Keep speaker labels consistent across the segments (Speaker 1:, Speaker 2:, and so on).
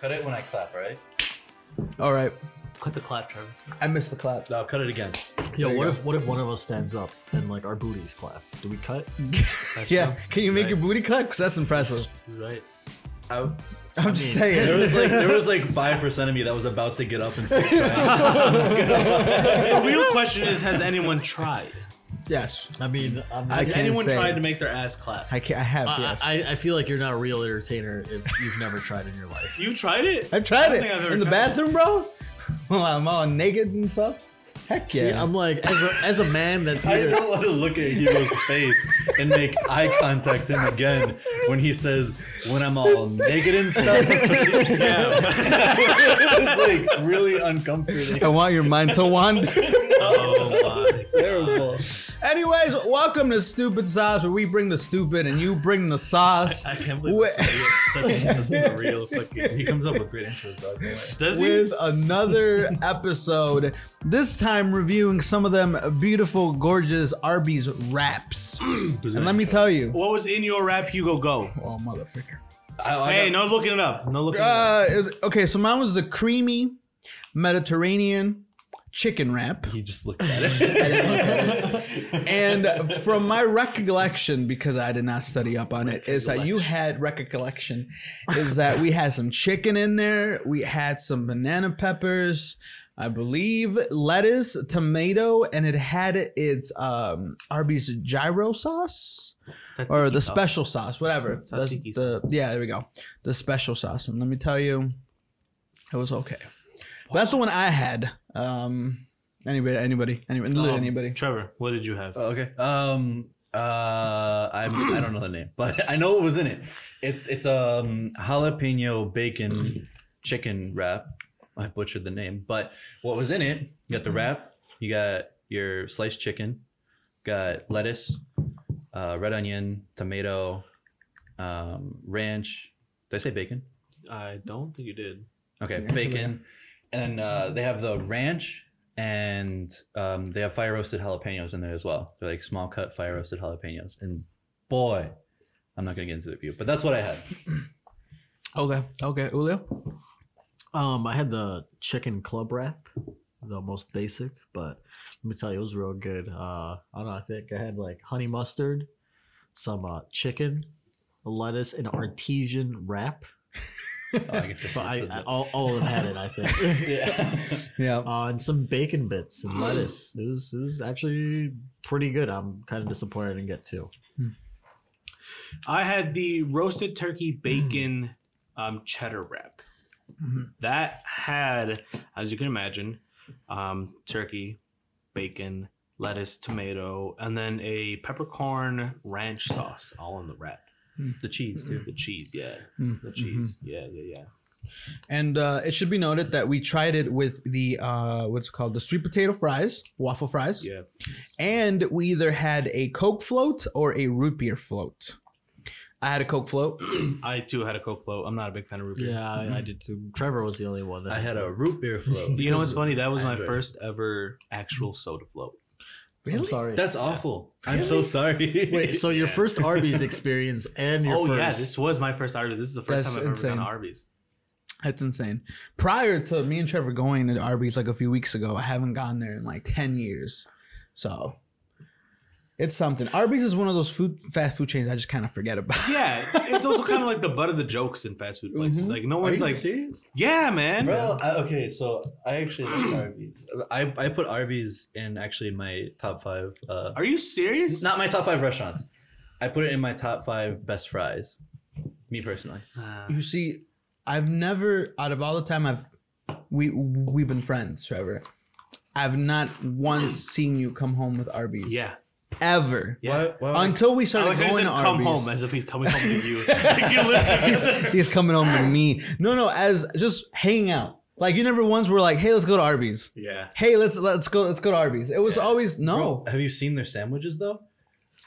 Speaker 1: Cut it when I clap, right?
Speaker 2: All right,
Speaker 3: Cut the clap, Trevor.
Speaker 2: I missed the clap.
Speaker 3: No, cut it again.
Speaker 4: Yo,
Speaker 2: There you
Speaker 4: what
Speaker 2: go.
Speaker 4: if what if one of us stands up and like our booties clap? Do we cut?
Speaker 2: Yeah, can you make
Speaker 3: Right.
Speaker 2: your booty cut? Because that's impressive.
Speaker 3: He's right.
Speaker 2: I'm just saying.
Speaker 3: There was like there was like five percent of me that was about to get up and start trying.
Speaker 5: The real question is, has anyone tried?
Speaker 2: yes,
Speaker 4: I mean, I'm
Speaker 2: I
Speaker 4: not-
Speaker 5: Has
Speaker 2: can't
Speaker 5: anyone
Speaker 2: say.
Speaker 5: tried to make their ass clap?
Speaker 2: I can I have.
Speaker 4: I,
Speaker 2: yes, I,
Speaker 4: I, I feel like you're not a real entertainer if you've never tried in your life.
Speaker 5: You tried it?
Speaker 2: tried
Speaker 5: think I've
Speaker 2: it
Speaker 5: ever
Speaker 2: in the
Speaker 5: tried it.
Speaker 2: bathroom, bro. Well, I'm all naked and stuff. Heck yeah.
Speaker 4: See, I'm like as a as a man that's
Speaker 3: I
Speaker 4: either
Speaker 3: don't want to look at Hugo's face and make eye contact him again when he says, "When I'm all naked and stuff." it's like really uncomfortable.
Speaker 2: I want your mind to wander.
Speaker 5: Oh my.
Speaker 3: Terrible.
Speaker 2: Anyways, welcome to Stupid Sauce, where we bring the stupid and you bring the sauce.
Speaker 5: I can't believe
Speaker 2: Wait.
Speaker 5: that's, that's, that's the real fucking.
Speaker 3: He comes up with great intros, dog. don't worry.
Speaker 5: Does he?
Speaker 2: with another episode. This time reviewing some of them beautiful, gorgeous Arby's wraps. and let me tell you,
Speaker 5: What was in your rap, Hugo? Go.
Speaker 2: oh motherfucker. Oh,
Speaker 3: I- I
Speaker 5: Hey,
Speaker 3: got-
Speaker 5: no looking it up. No looking it up.
Speaker 2: Uh, it- okay, so mine was the creamy Mediterranean chicken wrap,
Speaker 3: He just looked at it.
Speaker 2: and from my recollection, because I did not study up on it, is that you had recollection, is that we had some chicken in there, we had some banana peppers. I believe lettuce, tomato, and it had its um, Arby's gyro sauce
Speaker 5: That's
Speaker 2: or
Speaker 5: it,
Speaker 2: the
Speaker 5: Hugo.
Speaker 2: special sauce, whatever. That's
Speaker 5: Tzatziki
Speaker 2: the yeah, there we go. The special sauce, and let me tell you, it was okay. But that's the one I had. Um, anybody, anybody, anybody, literally
Speaker 5: Um,
Speaker 2: anybody.
Speaker 5: Trevor, what did you have?
Speaker 3: Oh, okay. Um. Uh. I'm. I don't know the name, but I know what was in it. It's. It's um jalapeno bacon chicken wrap. I butchered the name, but what was in it? You
Speaker 5: Mm-hmm.
Speaker 3: got the wrap. You got your sliced chicken. Got lettuce, uh, red onion, tomato, um, ranch. Did I say bacon?
Speaker 5: I don't think you did.
Speaker 3: Okay, bacon, and uh, they have the ranch, and um, they have fire roasted jalapenos in there as well. They're like small cut fire roasted jalapenos, and boy, I'm not gonna get into the view, but that's what I had.
Speaker 2: Okay, okay, Julio.
Speaker 4: um I had the chicken club wrap, the most basic, but let me tell you, it was real good. Uh, I don't know. I think I had like honey mustard, some uh, chicken, lettuce, an artesian wrap.
Speaker 3: Oh, I guess it's-
Speaker 4: But I,
Speaker 3: it's-
Speaker 4: I all, all of them had it. I think.
Speaker 3: yeah.
Speaker 2: Yeah.
Speaker 4: Uh, and some bacon bits and lettuce. It was, it was actually pretty good. I'm kind of disappointed I didn't get two.
Speaker 5: I had the roasted turkey
Speaker 4: Mm.
Speaker 5: bacon um, cheddar wrap. That had, as you can imagine, um, turkey, bacon, lettuce, tomato, and then a peppercorn ranch sauce all in the wrap.
Speaker 4: Hmm.
Speaker 3: the cheese too.
Speaker 5: The cheese, yeah.
Speaker 2: Mm,
Speaker 4: Mm-hmm.
Speaker 5: The cheese. Yeah, yeah, yeah.
Speaker 2: And uh, it should be noted that we tried it with the uh, what's it called the sweet potato fries, waffle fries,
Speaker 5: Yeah.
Speaker 2: and we either had a Coke float or a root beer float. I had a Coke float.
Speaker 5: I too had a Coke float. I'm not a big fan of root beer.
Speaker 4: Yeah, I, I did too. Mm-hmm. Trevor was the only one that
Speaker 3: I had a root beer float.
Speaker 5: You know what's funny? That was
Speaker 3: I
Speaker 5: my
Speaker 3: enjoyed it.
Speaker 5: first ever actual soda float.
Speaker 4: I'm sorry.
Speaker 3: That's awful. I'm so sorry.
Speaker 4: Wait, so your first Arby's experience and your
Speaker 5: oh
Speaker 4: first
Speaker 5: yeah, this was my first Arby's. This is the first
Speaker 2: That's
Speaker 5: time I've ever
Speaker 2: insane.
Speaker 5: done Arby's.
Speaker 2: That's insane. Prior to me and Trevor going to Arby's like a few weeks ago, I haven't gone there in like 10 years. So it's something. Arby's is one of those food fast food chains I just kind of forget about.
Speaker 5: Yeah, it's also kind of like the butt of the jokes in fast food places.
Speaker 2: Mm-hmm.
Speaker 5: Like no
Speaker 3: Are
Speaker 5: one's
Speaker 3: you
Speaker 5: like,
Speaker 3: serious?
Speaker 5: yeah, man.
Speaker 3: Bro, I, okay, so I actually like Arby's. I, I put Arby's in actually my top five uh,
Speaker 5: Are you serious?
Speaker 3: not my top five restaurants. I put it in my top five best fries. Me personally.
Speaker 5: Uh,
Speaker 2: You see, I've never out of all the time I've we we've been friends, Trevor. I've not once seen you come home with Arby's.
Speaker 5: yeah,
Speaker 2: Ever.
Speaker 5: yeah.
Speaker 3: Why, why
Speaker 2: Until we
Speaker 5: I
Speaker 2: started
Speaker 5: like how you
Speaker 2: going
Speaker 5: said
Speaker 2: to Arby's.
Speaker 5: come home as if he's coming home to you. Like, you literally-
Speaker 2: He's coming home to me. No, no, as just hanging out. Like you never once were like, "Hey, let's go to Arby's."
Speaker 5: yeah,
Speaker 2: hey let's let's go let's go to arby's it was always no
Speaker 3: Bro, have you seen their sandwiches though?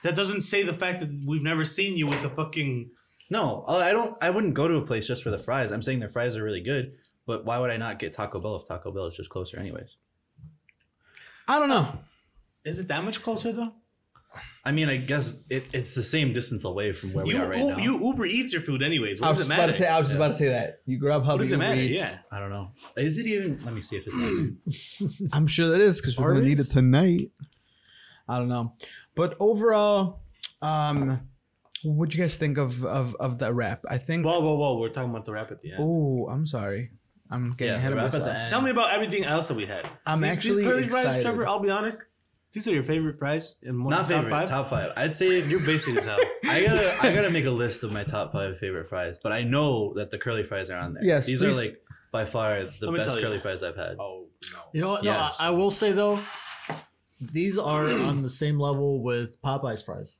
Speaker 5: that doesn't say the fact that we've never seen you with the fucking.
Speaker 3: No, uh, I I don't. I wouldn't go to a place just for the fries. I'm saying their fries are really good, but why would I not get Taco Bell if Taco Bell is just closer, anyways?
Speaker 2: i don't know
Speaker 5: Is it that much closer though?
Speaker 3: I mean, I guess it, it's the same distance away from where we
Speaker 5: You,
Speaker 3: are right
Speaker 5: U-
Speaker 3: now.
Speaker 5: you Uber eats your food anyways.
Speaker 2: I
Speaker 5: What
Speaker 2: was
Speaker 5: does
Speaker 2: just
Speaker 5: it
Speaker 2: about
Speaker 5: matter?
Speaker 2: to say. I was just
Speaker 3: Yeah.
Speaker 2: about to say that you grab
Speaker 5: what
Speaker 2: hub.
Speaker 5: does it
Speaker 2: you
Speaker 5: matter?
Speaker 2: eat.
Speaker 5: Yeah.
Speaker 3: I don't know. Is it even? Let me see if it's. Not
Speaker 2: I'm sure that is because we're gonna need it
Speaker 3: Arby's?
Speaker 2: tonight. I don't know, but overall, um, what you guys think of of of the rap? I think.
Speaker 5: Whoa, whoa, whoa! We're talking about the wrap at the end.
Speaker 2: oh, I'm sorry. I'm getting
Speaker 3: yeah,
Speaker 2: ahead of
Speaker 3: wrap at the
Speaker 2: myself.
Speaker 3: end.
Speaker 5: Tell me about everything else that we had.
Speaker 2: I'm actually
Speaker 5: curly fries,
Speaker 2: excited.
Speaker 5: Trevor. I'll be honest. These are your favorite fries in one
Speaker 3: Not
Speaker 5: of the top
Speaker 3: favorite.
Speaker 5: five.
Speaker 3: Top five. I'd say
Speaker 5: You're basic as hell.
Speaker 3: I gotta I gotta make a list of my top five favorite fries, but I know that the curly fries are on there.
Speaker 2: Yes,
Speaker 3: these
Speaker 2: please.
Speaker 3: are like by far the
Speaker 5: Let me
Speaker 3: best
Speaker 5: tell you.
Speaker 3: curly fries I've had.
Speaker 5: Oh no!
Speaker 4: You know what?
Speaker 3: Yes.
Speaker 4: No, I, I will say though, these are on the same level with Popeye's fries.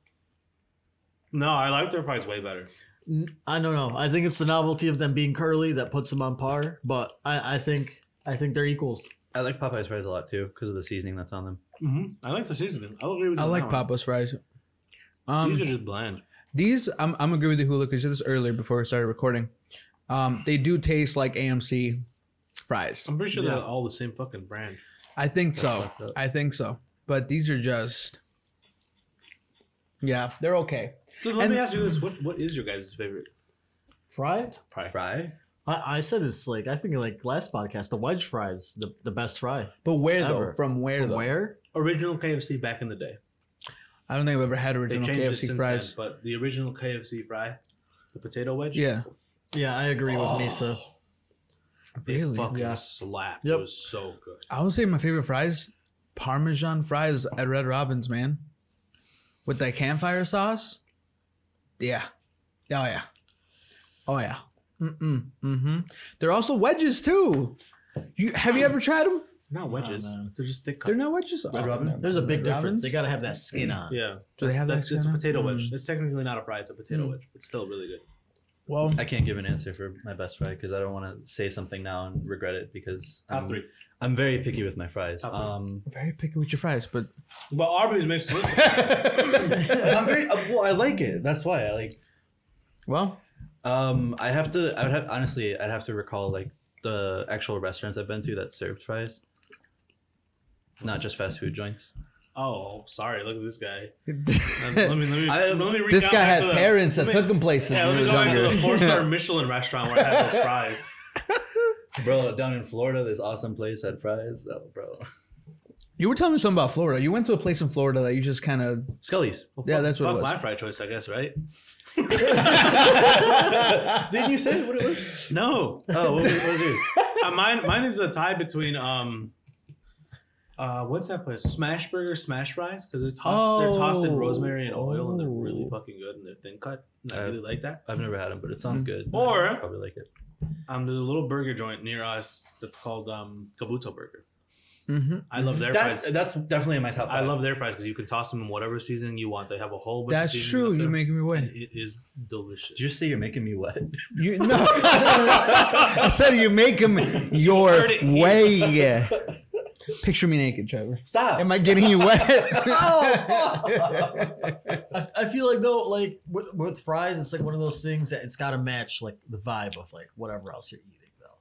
Speaker 5: No, I like their fries way better.
Speaker 4: N- I don't know. I think it's the novelty of them being curly that puts them on par, but I, I think I think they're equals.
Speaker 3: I like Popeye's fries a lot too because of the seasoning that's on them.
Speaker 5: hmm I like the seasoning. I'll agree with
Speaker 2: Mm-hmm.
Speaker 5: you.
Speaker 2: I
Speaker 5: on
Speaker 2: like
Speaker 5: that one.
Speaker 2: Papa's fries. Um,
Speaker 5: These are just bland.
Speaker 2: These, I'm, I'm agree with you, Hula, because you said this earlier before we started recording. Um, they do taste like AMC fries.
Speaker 5: I'm pretty sure
Speaker 4: Yeah.
Speaker 5: they're all the same fucking brand.
Speaker 2: I think so.
Speaker 3: fucked up.
Speaker 2: I think so. But these are just, yeah, they're okay.
Speaker 5: So let
Speaker 2: And-
Speaker 5: me ask you this: what What is your guys' favorite
Speaker 4: Fried?
Speaker 5: fry?
Speaker 3: Fry?
Speaker 4: I, I said this like I think like last podcast, the wedge fries, the, the best fry.
Speaker 2: But where though?
Speaker 4: Ever.
Speaker 2: From where
Speaker 4: From
Speaker 2: though?
Speaker 4: where?
Speaker 5: Original KFC back in the day.
Speaker 2: I don't think I've ever had
Speaker 5: They
Speaker 2: original
Speaker 5: changed it
Speaker 2: KFC
Speaker 5: since
Speaker 2: fries.
Speaker 5: then, but the original KFC fry, the potato wedge,
Speaker 2: Yeah,
Speaker 4: Yeah, I agree with Misa.
Speaker 5: it
Speaker 2: really.
Speaker 5: fucking
Speaker 4: Yeah.
Speaker 5: slapped.
Speaker 4: Yep.
Speaker 5: It was so good.
Speaker 2: I would say my favorite fries, Parmesan fries at Red Robin's, man, with that campfire sauce. Yeah. Oh yeah. Oh yeah. Mm mm mm-hmm. They're also wedges too. You have you ever tried them?
Speaker 5: Not wedges;
Speaker 4: man.
Speaker 5: they're just thick.
Speaker 2: They're
Speaker 5: Cut.
Speaker 2: not wedges. Oh,
Speaker 3: Robin?
Speaker 2: never
Speaker 4: There's a
Speaker 2: mind.
Speaker 4: big
Speaker 2: Red
Speaker 4: difference.
Speaker 2: Robin's?
Speaker 4: They gotta have that skin on.
Speaker 5: Yeah,
Speaker 2: Do they have that
Speaker 5: that's, that's a
Speaker 2: skin on?
Speaker 5: potato wedge.
Speaker 2: Mm.
Speaker 5: It's technically not a fry; it's a potato
Speaker 2: Mm.
Speaker 5: wedge. It's still really good.
Speaker 2: Well,
Speaker 3: I can't give an answer for my best fry because I don't want to say something now and regret it because
Speaker 5: Top
Speaker 2: Mm.
Speaker 3: I'm,
Speaker 5: three.
Speaker 3: I'm very picky with my fries.
Speaker 5: Top three.
Speaker 3: Um,
Speaker 2: very picky with your fries, but
Speaker 5: But Arby's makes this.
Speaker 3: I'm very uh, well. I like it. That's why I like.
Speaker 2: well,
Speaker 3: Um, I have to. I would have honestly. I'd have to recall like the actual restaurants I've been to that served fries, not just fast food joints.
Speaker 5: oh, sorry. Look at this guy. Let
Speaker 2: this
Speaker 5: let me let me,
Speaker 3: I-
Speaker 5: let me reach out
Speaker 2: guy
Speaker 5: back
Speaker 2: had
Speaker 5: to the-
Speaker 2: parents that
Speaker 5: let me-
Speaker 2: took him places
Speaker 5: Yeah,
Speaker 2: when
Speaker 5: let
Speaker 2: he
Speaker 5: me
Speaker 2: was
Speaker 5: go back to the four star
Speaker 2: younger.
Speaker 5: Michelin restaurant where I had those fries.
Speaker 3: Bro, down in Florida, this awesome place had fries. Oh, bro.
Speaker 2: You were telling me something about Florida. You went to a place in Florida that you just kind of
Speaker 3: Scully's.
Speaker 5: Well,
Speaker 2: Yeah,
Speaker 5: fuck-
Speaker 2: that's what it
Speaker 5: fuck
Speaker 2: was.
Speaker 5: my fry choice, I guess, right?
Speaker 3: Didn't you say what it was?
Speaker 5: No,
Speaker 3: Oh, what was, what was yours?
Speaker 5: Uh, mine mine is a tie between um, uh, what's that place? Smash burger, smash fries because they're tossed they're tossed in
Speaker 2: Oh.
Speaker 5: rosemary and oil and they're really
Speaker 2: Oh.
Speaker 5: fucking good and they're thin cut. And I
Speaker 3: Uh,
Speaker 5: really like that.
Speaker 3: I've never had them, but it sounds good.
Speaker 5: Or-
Speaker 3: I probably like it.
Speaker 5: Um, there's a little burger joint near us that's called um Kabuto Burger.
Speaker 2: Mhm.
Speaker 5: I love their
Speaker 3: That's
Speaker 5: fries.
Speaker 3: that's definitely in my top.
Speaker 5: I
Speaker 3: Five.
Speaker 5: love their fries because you can toss them in whatever seasoning you want. They have a whole bunch.
Speaker 2: That's
Speaker 5: of seasonings
Speaker 2: true.
Speaker 5: up
Speaker 2: You're
Speaker 5: there,
Speaker 2: making me
Speaker 5: and
Speaker 2: wait.
Speaker 5: It is delicious.
Speaker 3: Did you just say you're making me wet?
Speaker 2: You no. I said you make him your
Speaker 5: Heard it here.
Speaker 2: way. Picture me naked, Trevor.
Speaker 3: Stop.
Speaker 2: Am I getting you wet?
Speaker 4: I, I feel like though, like with, with fries, it's like one of those things that it's gotta match like the vibe of like whatever else you're eating though.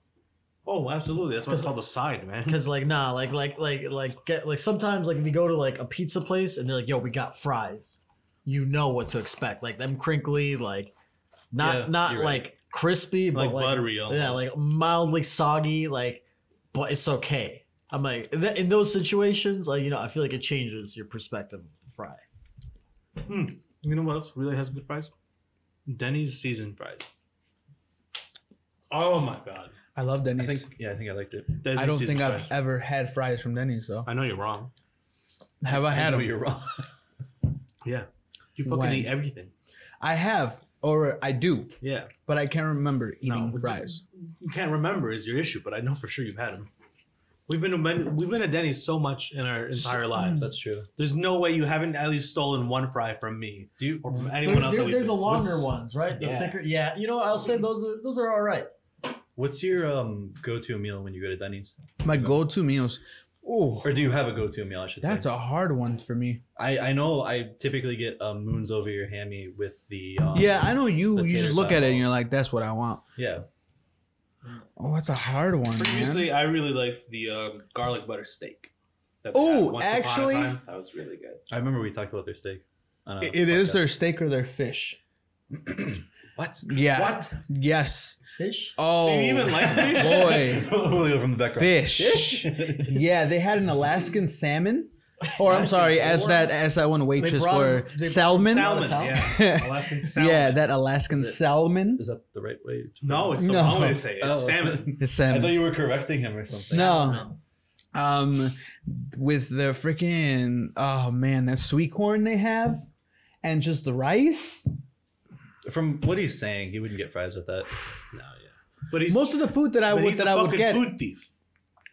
Speaker 5: oh, absolutely. That's why it's called a side, man.
Speaker 4: Because like nah, like like like like get like sometimes like if you go to like a pizza place and they're like, yo, we got fries, you know what to expect. Like them crinkly, like not
Speaker 3: Yeah,
Speaker 4: not
Speaker 3: you're right.
Speaker 4: like crispy, but
Speaker 5: Like
Speaker 4: like,
Speaker 5: buttery
Speaker 4: Yeah,
Speaker 5: almost.
Speaker 4: like mildly soggy, like but it's okay. I'm like th- in those situations, like you know, I feel like it changes your perspective of the fry.
Speaker 5: You know what else really has good fries? Denny's seasoned fries. Oh my god.
Speaker 2: I love
Speaker 3: I
Speaker 2: Denny's. I,
Speaker 3: think yeah, I think I liked it.
Speaker 5: Denny's
Speaker 2: don't
Speaker 5: seasoned
Speaker 2: think I've
Speaker 5: fries.
Speaker 2: ever had fries from Denny's though.
Speaker 5: I know you're wrong.
Speaker 2: Have I had
Speaker 3: know
Speaker 2: them?
Speaker 3: you're wrong.
Speaker 5: Yeah. You fucking
Speaker 2: When?
Speaker 5: eat everything.
Speaker 2: I have, or I do,
Speaker 5: Yeah.
Speaker 2: but I can't remember eating
Speaker 5: No.
Speaker 2: fries.
Speaker 5: You can't remember is your issue, but I know for sure you've had them. We've been to many, we've been at Denny's so much in our entire lives.
Speaker 3: That's true.
Speaker 5: There's no way you haven't at least stolen one fry from me
Speaker 3: Do you?
Speaker 5: or from anyone else. that we've been to. What's-
Speaker 4: ones, right?
Speaker 5: The Yeah. thicker-
Speaker 4: Yeah, you know, I'll say those are those are all right.
Speaker 3: What's your um go-to meal when you go to Denny's?
Speaker 2: My go-to meals. Oh,
Speaker 3: Or do you have a go-to meal? I should
Speaker 2: that's
Speaker 3: say.
Speaker 2: a hard one for me.
Speaker 3: I I know I typically get um, moons over your hammy with the. Um,
Speaker 2: Yeah, I know you.
Speaker 3: the
Speaker 2: You just
Speaker 3: tater
Speaker 2: look at it and
Speaker 3: tots.
Speaker 2: you're like, "That's what I want."
Speaker 3: Yeah.
Speaker 2: Oh, that's a hard one, man.
Speaker 5: Previously, I really liked the um, garlic butter steak.
Speaker 1: that we had
Speaker 2: Ooh,
Speaker 1: once upon a
Speaker 2: actually-
Speaker 1: time. that was really good.
Speaker 3: I remember we talked about their steak. on a
Speaker 2: It- it is
Speaker 3: podcast.
Speaker 2: their steak or their fish.
Speaker 3: what?
Speaker 2: Yeah.
Speaker 1: What?
Speaker 2: Yes.
Speaker 4: Fish?
Speaker 2: Oh.
Speaker 5: Do you even like fish?
Speaker 2: Boy.
Speaker 3: we'll go from the background.
Speaker 2: Fish. Yeah, they had an Alaskan salmon. Or I'm sorry, as that as that one waitress
Speaker 4: brought-
Speaker 2: were
Speaker 4: they-
Speaker 2: salmon.
Speaker 5: Salmon,
Speaker 4: Salmon.
Speaker 5: yeah. Alaskan salmon.
Speaker 2: Yeah, that Alaskan
Speaker 3: Is it-
Speaker 2: salmon.
Speaker 3: Is that the right way? to-
Speaker 5: No, it's the
Speaker 2: No.
Speaker 5: wrong way to say it. It's
Speaker 3: Oh.
Speaker 5: salmon.
Speaker 2: The
Speaker 3: I thought
Speaker 2: salmon.
Speaker 3: you were correcting him or something.
Speaker 2: No. Um with the freaking oh man, that sweet corn they have and just the rice.
Speaker 3: From what he's saying, he wouldn't get fries with that. No, yeah.
Speaker 5: But he's
Speaker 2: Most of the food that I
Speaker 5: but
Speaker 2: would
Speaker 5: he's
Speaker 2: that
Speaker 5: a
Speaker 2: I would
Speaker 5: fucking
Speaker 2: get
Speaker 5: food thief.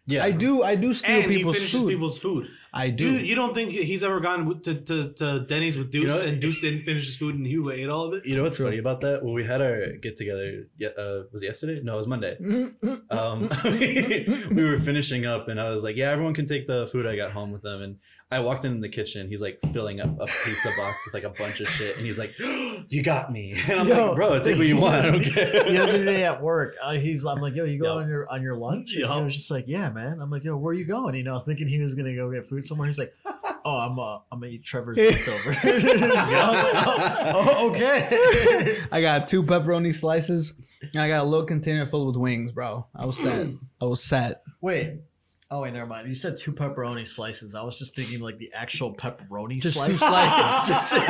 Speaker 3: Yeah.
Speaker 2: I do I do steal
Speaker 5: and he
Speaker 2: people's
Speaker 5: finishes
Speaker 2: food.
Speaker 5: people's food.
Speaker 2: I do.
Speaker 5: You, you don't think he's ever gone with- to, to, to Denny's with Deuce
Speaker 3: You know-
Speaker 5: and Deuce didn't finish his food and Hugo ate all of it?
Speaker 3: You know what's funny about that? Well, we had our get together. ye- Uh, was it yesterday? No, it was Monday. Um, we were finishing up, and I was like, "Yeah, everyone can take the food I got home with them." And I walked in the kitchen. He's like filling up a pizza box with like a bunch of shit, and he's like, "You got me!" And I'm
Speaker 4: Yo.
Speaker 3: like, "Bro, take what you want. I don't
Speaker 4: The other
Speaker 3: care."
Speaker 4: day at work, uh, he's. I'm like, yo, you go
Speaker 3: Yeah.
Speaker 4: on your on your lunch. And
Speaker 5: Yeah.
Speaker 4: He was just like, yeah, man. I'm like, yo, where are you going? You know, thinking he was gonna go get food somewhere. He's like, oh, I'm uh, I'm gonna eat Trevor's leftover. so I was like, oh, oh, okay.
Speaker 2: I got two pepperoni slices and I got a little container filled with wings, bro. I was set. I was set.
Speaker 4: Wait. Oh wait, never mind. You said two pepperoni slices. I was just thinking like the actual pepperoni
Speaker 2: Just
Speaker 4: slice.
Speaker 2: two slices.
Speaker 4: just in a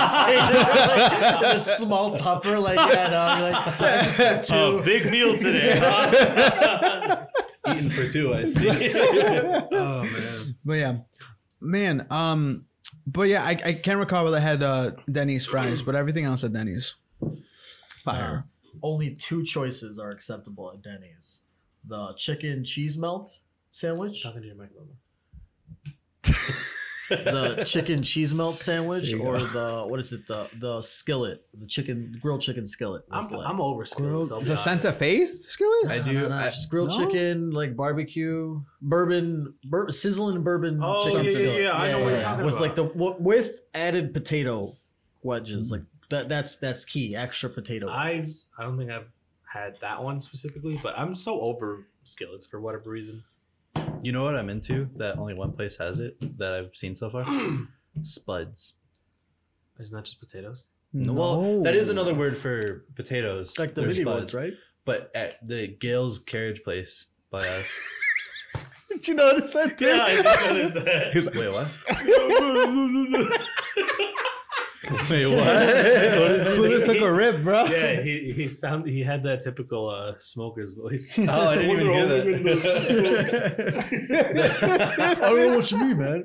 Speaker 4: container, like, in a small tupper like that. I'm like, I just took two.
Speaker 5: Oh, big meal today. huh?
Speaker 3: Eating for two, I see.
Speaker 5: oh, man.
Speaker 2: But yeah, man. Um, but yeah, I, I can't recall whether I had uh, Denny's fries, but everything else at Denny's, fire.
Speaker 4: Only two choices are acceptable at Denny's: the chicken cheese melt sandwich,
Speaker 5: Talking to your microphone.
Speaker 4: the chicken cheese melt sandwich,
Speaker 2: There you
Speaker 4: or the what is it? The the skillet, the chicken grilled chicken skillet. with,
Speaker 5: I'm,
Speaker 4: like-
Speaker 5: I'm over
Speaker 2: Grilled-
Speaker 5: screwed.
Speaker 2: the Santa Fe skillet.
Speaker 3: I
Speaker 4: No,
Speaker 3: do-
Speaker 4: no, no,
Speaker 3: I-
Speaker 4: just uh, grilled
Speaker 2: No?
Speaker 4: chicken, like barbecue, bourbon, bur- sizzling bourbon.
Speaker 5: Oh,
Speaker 4: chicken
Speaker 5: yeah, yeah,
Speaker 4: skillet.
Speaker 5: yeah, I know what
Speaker 2: you're
Speaker 5: talking
Speaker 4: with
Speaker 5: about.
Speaker 4: like the w- with added potato wedges, like that. That's that's key. Extra potato.
Speaker 5: I've, I don't think I've had that one specifically, but I'm so over skillets for whatever reason.
Speaker 3: you know what I'm into? That only one place has it that I've seen so far. Spuds.
Speaker 5: Isn't that just potatoes?
Speaker 3: Well, that is another word for potatoes.
Speaker 4: It's like the
Speaker 3: They're
Speaker 4: mini
Speaker 3: spuds.
Speaker 4: ones, right?
Speaker 3: but at the Gail's carriage place by us.
Speaker 2: Did you notice that too?
Speaker 3: He's like, Wait, what? Wait, what?
Speaker 2: Julio took a rip, bro.
Speaker 5: Yeah, he he sound he had that typical uh, smoker's voice.
Speaker 3: Oh, I didn't even hear
Speaker 4: I don't know what you mean, man.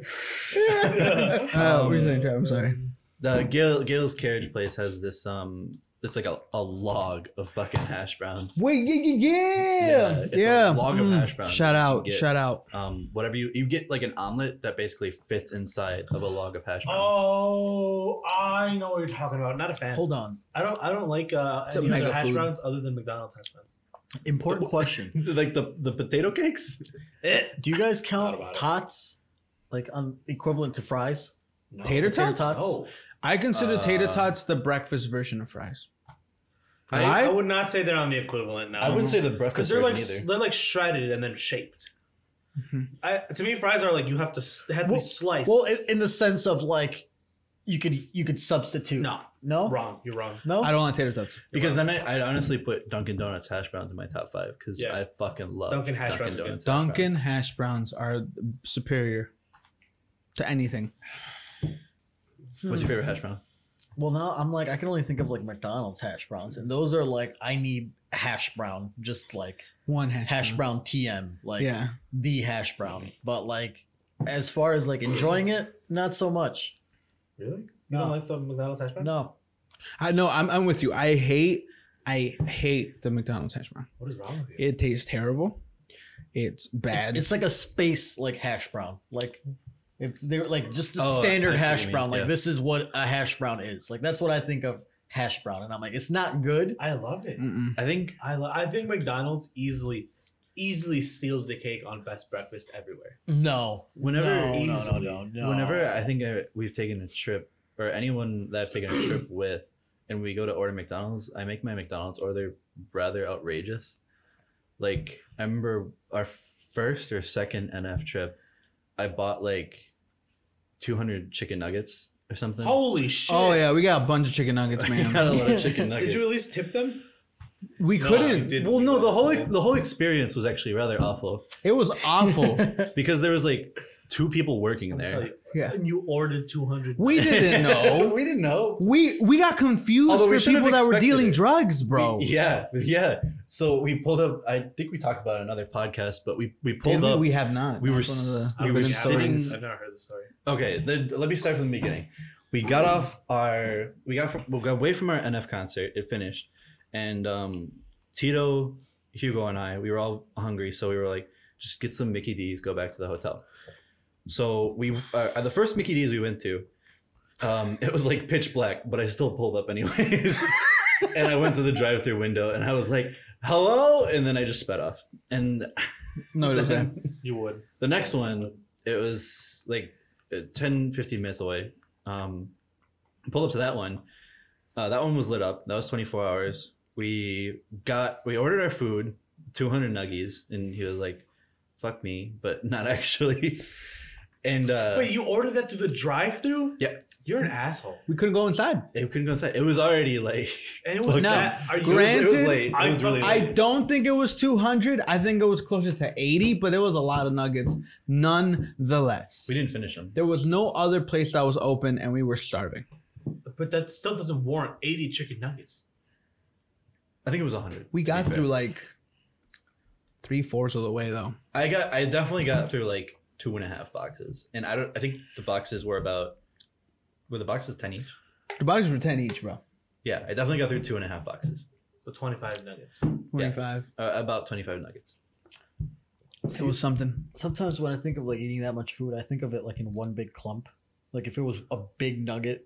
Speaker 3: that.
Speaker 2: Uh, what are you saying, Trav? I'm sorry.
Speaker 3: the Gail, Gail's carriage place has this um. It's like a, a log of fucking hash browns.
Speaker 2: Wait, yeah, yeah, yeah,
Speaker 3: Yeah, it's a
Speaker 2: yeah. Mm.
Speaker 3: log of hash browns
Speaker 2: Shout
Speaker 3: that you
Speaker 2: out,
Speaker 3: get.
Speaker 2: shout out.
Speaker 3: Um, whatever you you get like an omelet that basically fits inside of a log of hash browns.
Speaker 5: Oh, I know what you're talking about. Not a fan.
Speaker 4: Hold on.
Speaker 5: I don't. I don't like uh,
Speaker 2: It's a
Speaker 5: any other
Speaker 2: mega
Speaker 5: hash
Speaker 2: food.
Speaker 5: browns other than McDonald's hash browns.
Speaker 4: Important question.
Speaker 3: like the the potato cakes.
Speaker 4: Do you guys count
Speaker 5: about it.
Speaker 4: tots like um, equivalent to fries?
Speaker 5: No.
Speaker 2: Tater
Speaker 4: Potato
Speaker 2: tots? I consider tater
Speaker 3: Uh,
Speaker 2: tots the breakfast version of fries.
Speaker 5: I,
Speaker 2: Why?
Speaker 5: I would not say they're on the equivalent now.
Speaker 3: I wouldn't say the
Speaker 5: because
Speaker 3: breakfast
Speaker 5: they're
Speaker 3: version
Speaker 5: like
Speaker 3: either.
Speaker 5: they're like shredded and then shaped.
Speaker 2: Mhm.
Speaker 5: I, to me, fries are like you have to s- have to
Speaker 4: Well-
Speaker 5: be sliced.
Speaker 4: Well, in, in the sense of like, you could you could substitute.
Speaker 5: no,
Speaker 4: no,
Speaker 5: wrong. You're wrong.
Speaker 3: Oh.
Speaker 4: no.
Speaker 2: I don't like tater tots.
Speaker 3: Because then I, I'd honestly put Dunkin' Donuts hash browns in my top five because
Speaker 5: Yeah.
Speaker 3: I fucking love
Speaker 5: Dunkin' hash browns are good.
Speaker 3: Donuts. hash
Speaker 2: Dunkin'
Speaker 3: browns.
Speaker 2: hash browns are superior to anything.
Speaker 3: What's your favorite hash brown?
Speaker 4: Hmm. Well, now I'm like, I can only think of like McDonald's hash browns, and those are like, I need hash brown, just like
Speaker 2: One hash,
Speaker 4: hash brown TM, like
Speaker 2: yeah,
Speaker 4: the hash brown. But like, as far as like enjoying it, not so much.
Speaker 5: Really? You
Speaker 4: No.
Speaker 5: don't like the McDonald's hash brown?
Speaker 4: No,
Speaker 2: I know. I'm, I'm with you. I hate I hate the McDonald's hash brown.
Speaker 5: What is wrong with you?
Speaker 2: It tastes terrible. It's
Speaker 4: it's,
Speaker 2: bad.
Speaker 4: it's like a space like hash brown, like. If they're like just the
Speaker 3: Oh, I
Speaker 4: standard
Speaker 3: see what you
Speaker 4: hash
Speaker 3: mean,
Speaker 4: brown, like
Speaker 3: yeah.
Speaker 4: this is what a hash brown is. Like that's what I think of hash brown, and I'm like, it's not good.
Speaker 5: I love it.
Speaker 2: Mm-mm.
Speaker 3: I think
Speaker 5: I lo- I think McDonald's easily easily steals the cake on best breakfast everywhere.
Speaker 4: No,
Speaker 3: whenever
Speaker 4: no, no, no,
Speaker 5: easily-
Speaker 4: no, no.
Speaker 3: whenever I think I, we've taken a trip or anyone that I've taken a trip with, and we go to order McDonald's, I make my McDonald's order rather outrageous. Like I remember our first or second NF trip, I bought like 200 chicken nuggets or something.
Speaker 5: Holy shit!
Speaker 2: Oh yeah, we got a bunch of chicken nuggets,
Speaker 3: I got a
Speaker 2: man.
Speaker 3: lot of chicken
Speaker 5: Did
Speaker 3: nuggets.
Speaker 5: you at least tip them?
Speaker 2: we
Speaker 5: No,
Speaker 2: couldn't.
Speaker 5: you didn't.
Speaker 3: well, no, the whole
Speaker 5: That's
Speaker 3: the whole experience was actually rather awful
Speaker 2: It was awful.
Speaker 3: because there was like two people working
Speaker 5: I'll tell
Speaker 3: there.
Speaker 5: you.
Speaker 2: yeah,
Speaker 4: And you ordered 200.
Speaker 2: we didn't know.
Speaker 3: we didn't know.
Speaker 2: We we got confused
Speaker 3: Although we
Speaker 2: for
Speaker 3: should have
Speaker 2: people that were
Speaker 3: expected
Speaker 2: dealing
Speaker 3: it.
Speaker 2: drugs, bro.
Speaker 3: Yeah, yeah. So we pulled up. I think we talked about it in another podcast, but we we
Speaker 2: Did
Speaker 3: pulled
Speaker 2: we?
Speaker 3: up.
Speaker 2: We have not.
Speaker 3: we were
Speaker 2: That's one of the-
Speaker 3: s-
Speaker 5: I don't
Speaker 3: We were
Speaker 5: think I've ever-
Speaker 2: sitting-
Speaker 5: I've never heard the story.
Speaker 3: Okay, then let me start from the beginning. We got off our we got from, we got away from our NF concert. It finished, and um, Tito, Hugo, and I we were all hungry, so we were like, just get some Mickey D's, go back to the hotel. So we uh, the first Mickey D's we went to, um, it was like pitch black, but I still pulled up anyways. and I went to the drive-through window, and I was like, "Hello," and then I just sped off. And
Speaker 2: no, it was
Speaker 3: then-
Speaker 2: there.
Speaker 5: You would.
Speaker 3: the next one, it was like uh, 10, 15 minutes away. Um, pulled up to that one. Uh, that one was lit up. That was 24 hours. We got, we ordered our food, 200 nuggies. And he was like, fuck me, but not actually. and uh,
Speaker 5: Wait, you ordered that through the drive-through?
Speaker 3: Yeah.
Speaker 5: You're an asshole.
Speaker 2: We couldn't go inside.
Speaker 3: it couldn't go inside. It was already like,
Speaker 5: And it was
Speaker 2: Look,
Speaker 5: that. Are you?
Speaker 3: it was, it was
Speaker 2: Granted,
Speaker 3: late. It
Speaker 5: I
Speaker 3: was
Speaker 5: fuck-
Speaker 3: really
Speaker 2: I
Speaker 3: late.
Speaker 2: don't think it was 200. I think it was closer to 80, but there was a lot of nuggets nonetheless.
Speaker 3: we didn't finish them.
Speaker 2: There was no other place that was open, and we were starving.
Speaker 5: But that still doesn't warrant 80 chicken nuggets.
Speaker 3: I think it was 100. to be
Speaker 2: We got
Speaker 3: fair.
Speaker 2: through like three fourths of the way, though.
Speaker 3: I got I definitely got through like two and a half boxes, and I don't. I think the boxes were about were the boxes ten each.
Speaker 2: The boxes were 10 each, bro.
Speaker 3: Yeah, I definitely got through two and a half boxes,
Speaker 5: So 25 nuggets.
Speaker 2: 25.
Speaker 3: uh, about twenty five nuggets.
Speaker 2: It was something.
Speaker 4: Sometimes when I think of like eating that much food, I think of it like in one big clump. Like if it was a big nugget,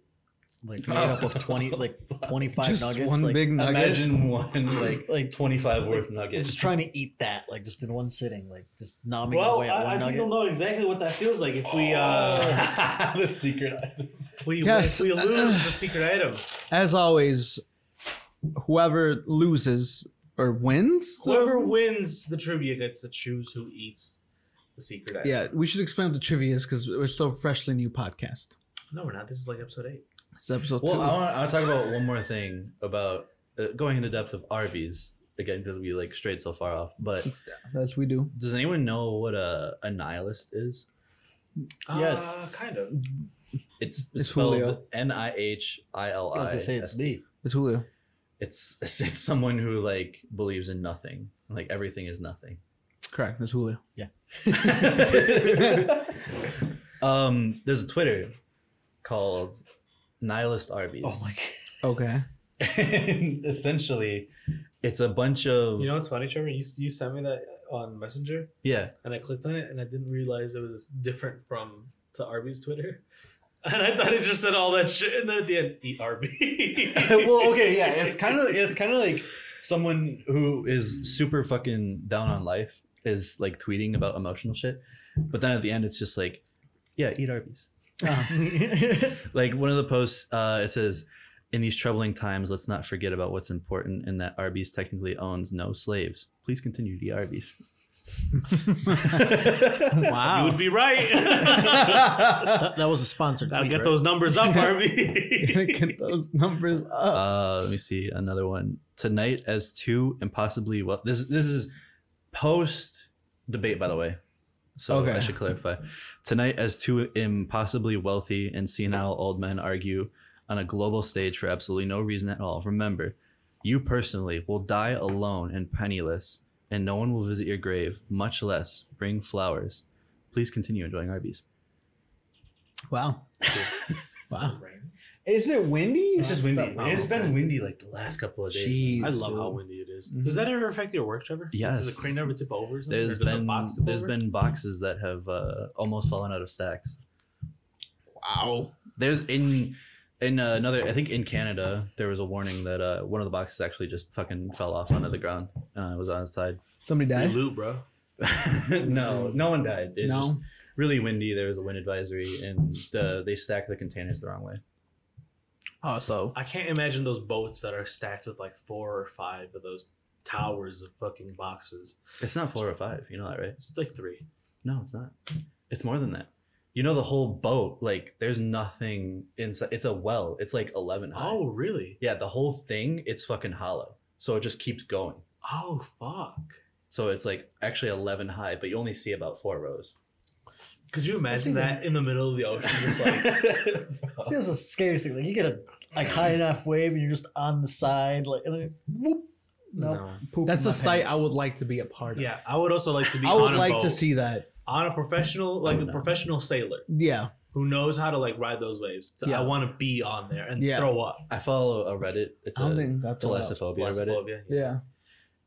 Speaker 4: like made up of 20, like 25
Speaker 2: Just
Speaker 4: nuggets.
Speaker 2: one
Speaker 4: like,
Speaker 2: big nugget.
Speaker 3: Imagine one like
Speaker 4: Like-
Speaker 3: like twenty five worth
Speaker 4: I'm
Speaker 3: nugget.
Speaker 4: just trying to eat that, like just in one sitting, like just nomming
Speaker 5: Well,
Speaker 4: away at one
Speaker 5: I, I think
Speaker 4: nugget.
Speaker 5: you'll know exactly what that feels like if we uh,
Speaker 3: the secret. item.
Speaker 5: we,
Speaker 2: Yes.
Speaker 5: we lose the secret item.
Speaker 2: As always, whoever loses or wins, the-
Speaker 5: Whoever wins the trivia gets to choose who eats the secret item.
Speaker 2: Yeah, we should explain what the trivia is because we're still a freshly new podcast.
Speaker 5: No, we're not. This is like episode eight.
Speaker 2: It's episode
Speaker 3: Well,
Speaker 2: two.
Speaker 3: I want I want to talk about one more thing about uh, going into depth of Arby's again because we like strayed so far off. But
Speaker 2: That's we do.
Speaker 3: does anyone know what a, a nihilist is?
Speaker 4: Yes.
Speaker 5: Uh, kind of.
Speaker 3: It's,
Speaker 2: It's
Speaker 3: spelled
Speaker 2: Julio.
Speaker 3: N I H I L
Speaker 4: I was
Speaker 3: I.
Speaker 4: gonna say it's me.
Speaker 2: It's Julio.
Speaker 3: it's it's it's someone who like believes in nothing like everything is nothing
Speaker 2: Correct. That's Julio.
Speaker 3: um there's a twitter called nihilist arby's
Speaker 5: Oh
Speaker 4: my god.
Speaker 2: Okay.
Speaker 3: and essentially it's a bunch of
Speaker 5: You know what's funny, Trevor? You, you sent me that on Messenger,
Speaker 3: yeah
Speaker 5: and I clicked on it, and I didn't realize it was different from the Arby's Twitter. And I thought it just said all that shit, and then at the end, eat Arby.
Speaker 3: well okay yeah it's kind of it's kind of like someone who is super fucking down on life is like tweeting about emotional shit but then at the end it's just like yeah eat arby's like one of the posts uh, it says in these troubling times let's not forget about what's important and that arby's technically owns no slaves please continue to eat arby's
Speaker 5: You would
Speaker 2: Wow.
Speaker 5: be right.
Speaker 4: That, that was a sponsored.
Speaker 5: Now
Speaker 4: tweet,
Speaker 5: get
Speaker 4: right?
Speaker 5: those numbers up, Arby.
Speaker 2: Get those numbers up.
Speaker 3: uh, let me see another one tonight as two and possibly well this this is post debate by the way so
Speaker 2: Okay.
Speaker 3: i should clarify tonight as two impossibly wealthy and senile old men argue on a global stage for absolutely no reason at all remember you personally will die alone and penniless and no one will visit your grave much less bring flowers please continue enjoying arby's
Speaker 2: Wow. Wow.
Speaker 5: Rain.
Speaker 2: Is it windy?
Speaker 5: It's been
Speaker 3: windy like the last couple of
Speaker 2: Jeez.
Speaker 5: I love
Speaker 2: dude.
Speaker 5: how windy it is.
Speaker 2: Mhm.
Speaker 5: Does that ever affect your work, Trevor? Does
Speaker 3: Mm-hmm. Yes.
Speaker 5: the crane ever tip over? Or something?
Speaker 3: There's
Speaker 5: or does a
Speaker 3: been
Speaker 5: box tip
Speaker 3: there's
Speaker 5: over?
Speaker 3: been boxes that have uh, almost fallen out of stacks.
Speaker 2: Wow.
Speaker 3: There's in in uh, another I think in Canada there was a warning that uh, one of the boxes actually just fucking fell off onto the ground and I was on its side.
Speaker 2: Somebody
Speaker 5: Free
Speaker 2: died.
Speaker 5: loot, bro.
Speaker 3: no, no one died. It's just
Speaker 2: No.
Speaker 3: really windy. There was a wind advisory and uh, they stacked the containers the wrong way.
Speaker 2: Oh, so
Speaker 5: I can't imagine those boats that are stacked with like four or five of those towers of fucking boxes.
Speaker 3: It's not four or five. You know that, right?
Speaker 5: It's like three.
Speaker 3: No, it's not. It's more than that. You know the whole boat, like there's nothing inside. It's a well. It's like eleven high.
Speaker 5: Oh, really?
Speaker 3: Yeah, the whole thing, it's fucking hollow. So it just keeps going.
Speaker 5: Oh, fuck.
Speaker 3: So it's like actually eleven high, but you only see about four rows.
Speaker 5: Could you imagine that in the middle of the ocean? Just like,
Speaker 4: See, that's a scary thing. Like you get a like high enough wave and you're just on the side, like, and then, whoop. No. poop
Speaker 2: That's
Speaker 4: in
Speaker 2: a
Speaker 4: my
Speaker 2: sight I
Speaker 4: pants.
Speaker 2: would like to be a part of.
Speaker 5: yeah, I would also like to be.
Speaker 2: I would
Speaker 5: on a
Speaker 2: like to
Speaker 5: boat.
Speaker 2: see that.
Speaker 5: on a professional, like
Speaker 3: Oh,
Speaker 5: a
Speaker 3: no.
Speaker 5: professional sailor
Speaker 2: Yeah.
Speaker 5: who knows how to like ride those waves. So
Speaker 2: Yeah.
Speaker 5: I want to be on there and
Speaker 2: Yeah.
Speaker 5: throw up.
Speaker 3: I follow a Reddit. It's
Speaker 2: I don't
Speaker 3: a
Speaker 2: think that's allowed.
Speaker 3: telesophobia Reddit,
Speaker 5: Thalassophobia.
Speaker 2: Yeah.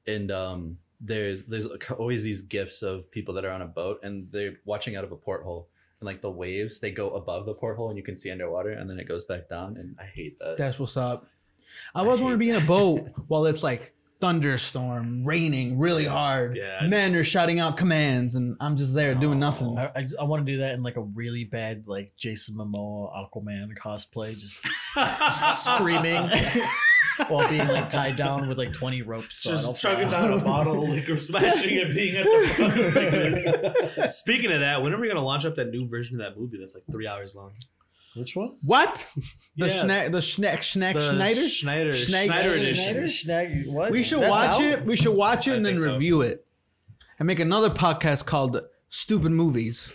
Speaker 3: and um, there's there's always these gifs of people that are on a boat and they're watching out of a porthole, and like the waves they go above the porthole and you can see underwater, and then it goes back down, and I hate that.
Speaker 2: That's what's up. I
Speaker 3: I
Speaker 2: always want to
Speaker 3: hate
Speaker 2: be in a boat while it's like thunderstorm, raining really hard.
Speaker 5: Yeah, I
Speaker 2: Men are shouting out commands, and I'm just there doing nothing.
Speaker 4: I, I, want to do that in like a really bad like Jason Momoa Aquaman cosplay, just screaming while being like tied down with like twenty ropes. so I
Speaker 5: Just
Speaker 4: don't
Speaker 5: chugging
Speaker 4: fall.
Speaker 5: down a bottle of liquor, smashing it, being at the fucking records. Speaking of that, when are we gonna launch up that new version of that movie that's like three hours long?
Speaker 4: Which one?
Speaker 2: What? The
Speaker 5: Yeah.
Speaker 2: Schne- the Schneck Schneck
Speaker 5: The
Speaker 2: Schneider?
Speaker 5: Schneider,
Speaker 2: Schneig-
Speaker 5: Schneider edition.
Speaker 2: Schneider?
Speaker 4: Schneider? What?
Speaker 2: we should
Speaker 4: That's
Speaker 2: watch
Speaker 4: out?
Speaker 2: it. We should watch it
Speaker 5: I
Speaker 2: and then
Speaker 5: think so.
Speaker 2: review it, and make another podcast called "Stupid Movies."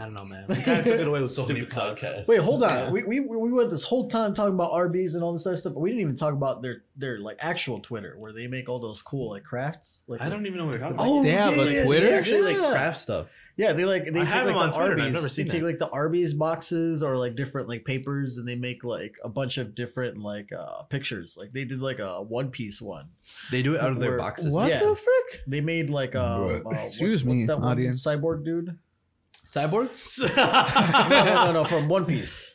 Speaker 5: I don't know, man. We kind of took it away with so many podcasts.
Speaker 4: Wait, hold on.
Speaker 2: Yeah.
Speaker 4: We, we we went this whole time talking about RBs and all this other stuff, but we didn't even talk about their their like actual Twitter where they make all those cool like crafts. Like
Speaker 5: I don't even know what you're talking about.
Speaker 4: Oh,
Speaker 2: They have
Speaker 4: yeah,
Speaker 2: a
Speaker 4: yeah,
Speaker 2: Twitter?
Speaker 4: yeah,
Speaker 3: actually like
Speaker 4: yeah.
Speaker 3: craft stuff.
Speaker 4: Yeah, they like they
Speaker 5: I
Speaker 4: take
Speaker 5: have
Speaker 4: like
Speaker 5: them on
Speaker 4: the
Speaker 5: Twitter, and
Speaker 4: Arby's.
Speaker 5: I've never seen
Speaker 4: they take
Speaker 5: that.
Speaker 4: like the Arby's boxes or like different like papers, and they make like a bunch of different like uh pictures. Like they did like a One Piece one.
Speaker 3: They do it out of their
Speaker 4: We're-
Speaker 3: boxes.
Speaker 2: What
Speaker 4: Yeah.
Speaker 2: the frick?
Speaker 4: They made like a uh,
Speaker 2: Bruh.
Speaker 4: what's-
Speaker 2: Excuse me,
Speaker 4: what's that one
Speaker 2: audience.
Speaker 4: cyborg dude?
Speaker 2: Cyborgs?
Speaker 4: no, no, no, no, from One Piece.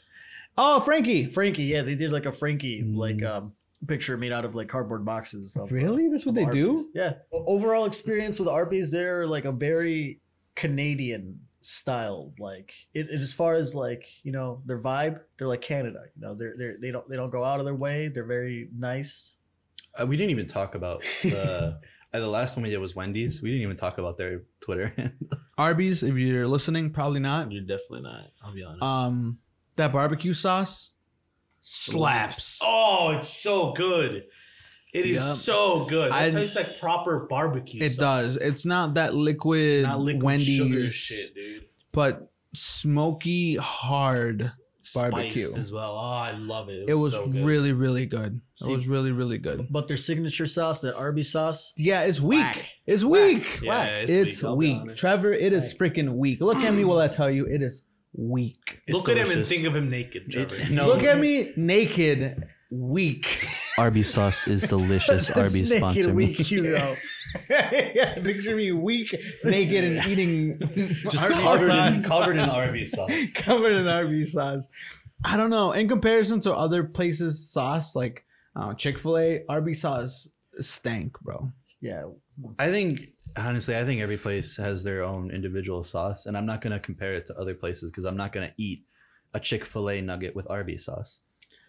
Speaker 2: Oh, Frankie.
Speaker 4: Frankie, yeah, they did like a Frankie
Speaker 3: Mm.
Speaker 4: like um picture made out of like cardboard boxes. of, uh,
Speaker 2: Really? That's what
Speaker 4: of
Speaker 2: they
Speaker 4: Arby's.
Speaker 2: do?
Speaker 4: Yeah. O- Overall experience with Arby's, they're like a very Canadian style. Like it, it- as far as like you know their vibe, they're like Canada. You know, they're, they're they don't they don't go out of their way. They're very nice.
Speaker 3: Uh, we didn't even talk about the uh, the last one we did was Wendy's. We didn't even talk about their Twitter.
Speaker 2: Arby's. If you're listening, probably not.
Speaker 5: You're definitely not. I'll be honest.
Speaker 2: Um, that barbecue sauce slaps.
Speaker 5: Oh, it's so good. It is
Speaker 2: Yup.
Speaker 5: so good. It
Speaker 2: I-
Speaker 5: tastes like proper barbecue.
Speaker 2: It does. It's not that liquid,
Speaker 5: Not liquid sugar
Speaker 2: Wendy's,
Speaker 5: shit, dude.
Speaker 2: but smoky hard. Barbecue.
Speaker 5: Spiced as well. Oh, I love it.
Speaker 2: It, was
Speaker 5: so good.
Speaker 2: really, really good.
Speaker 4: See-
Speaker 2: it was really, really good.
Speaker 4: But their signature sauce, that Arby's sauce,
Speaker 2: Yeah, it's weak.
Speaker 4: Whack.
Speaker 2: It's
Speaker 4: Whack.
Speaker 2: weak.
Speaker 5: Yeah,
Speaker 4: Whack.
Speaker 5: it's,
Speaker 2: It's,
Speaker 5: weak. I'll be
Speaker 2: weak.
Speaker 5: honest.
Speaker 2: Trevor, it is freaking weak. Look at me while I tell you, it is weak.
Speaker 3: It's
Speaker 5: Look at him and
Speaker 3: delicious.
Speaker 5: think of him naked, Trevor.
Speaker 3: No.
Speaker 2: Look at me naked, weak.
Speaker 3: Arby's sauce is delicious. Arby's
Speaker 4: Naked
Speaker 3: sponsor me.
Speaker 4: weak, you know.
Speaker 2: yeah, picture me weak, naked, and eating
Speaker 3: Just
Speaker 2: Arby's
Speaker 3: covered in,
Speaker 2: sauce.
Speaker 3: covered in Arby's sauce.
Speaker 2: covered in RV sauce. I don't know. In comparison to other places, sauce like uh, Chick Fil A, RB sauce stank, bro.
Speaker 4: Yeah,
Speaker 3: I think honestly, I think every place has their own individual sauce, and I'm not gonna compare it to other places because I'm not gonna eat a Chick Fil A nugget with Arby's sauce.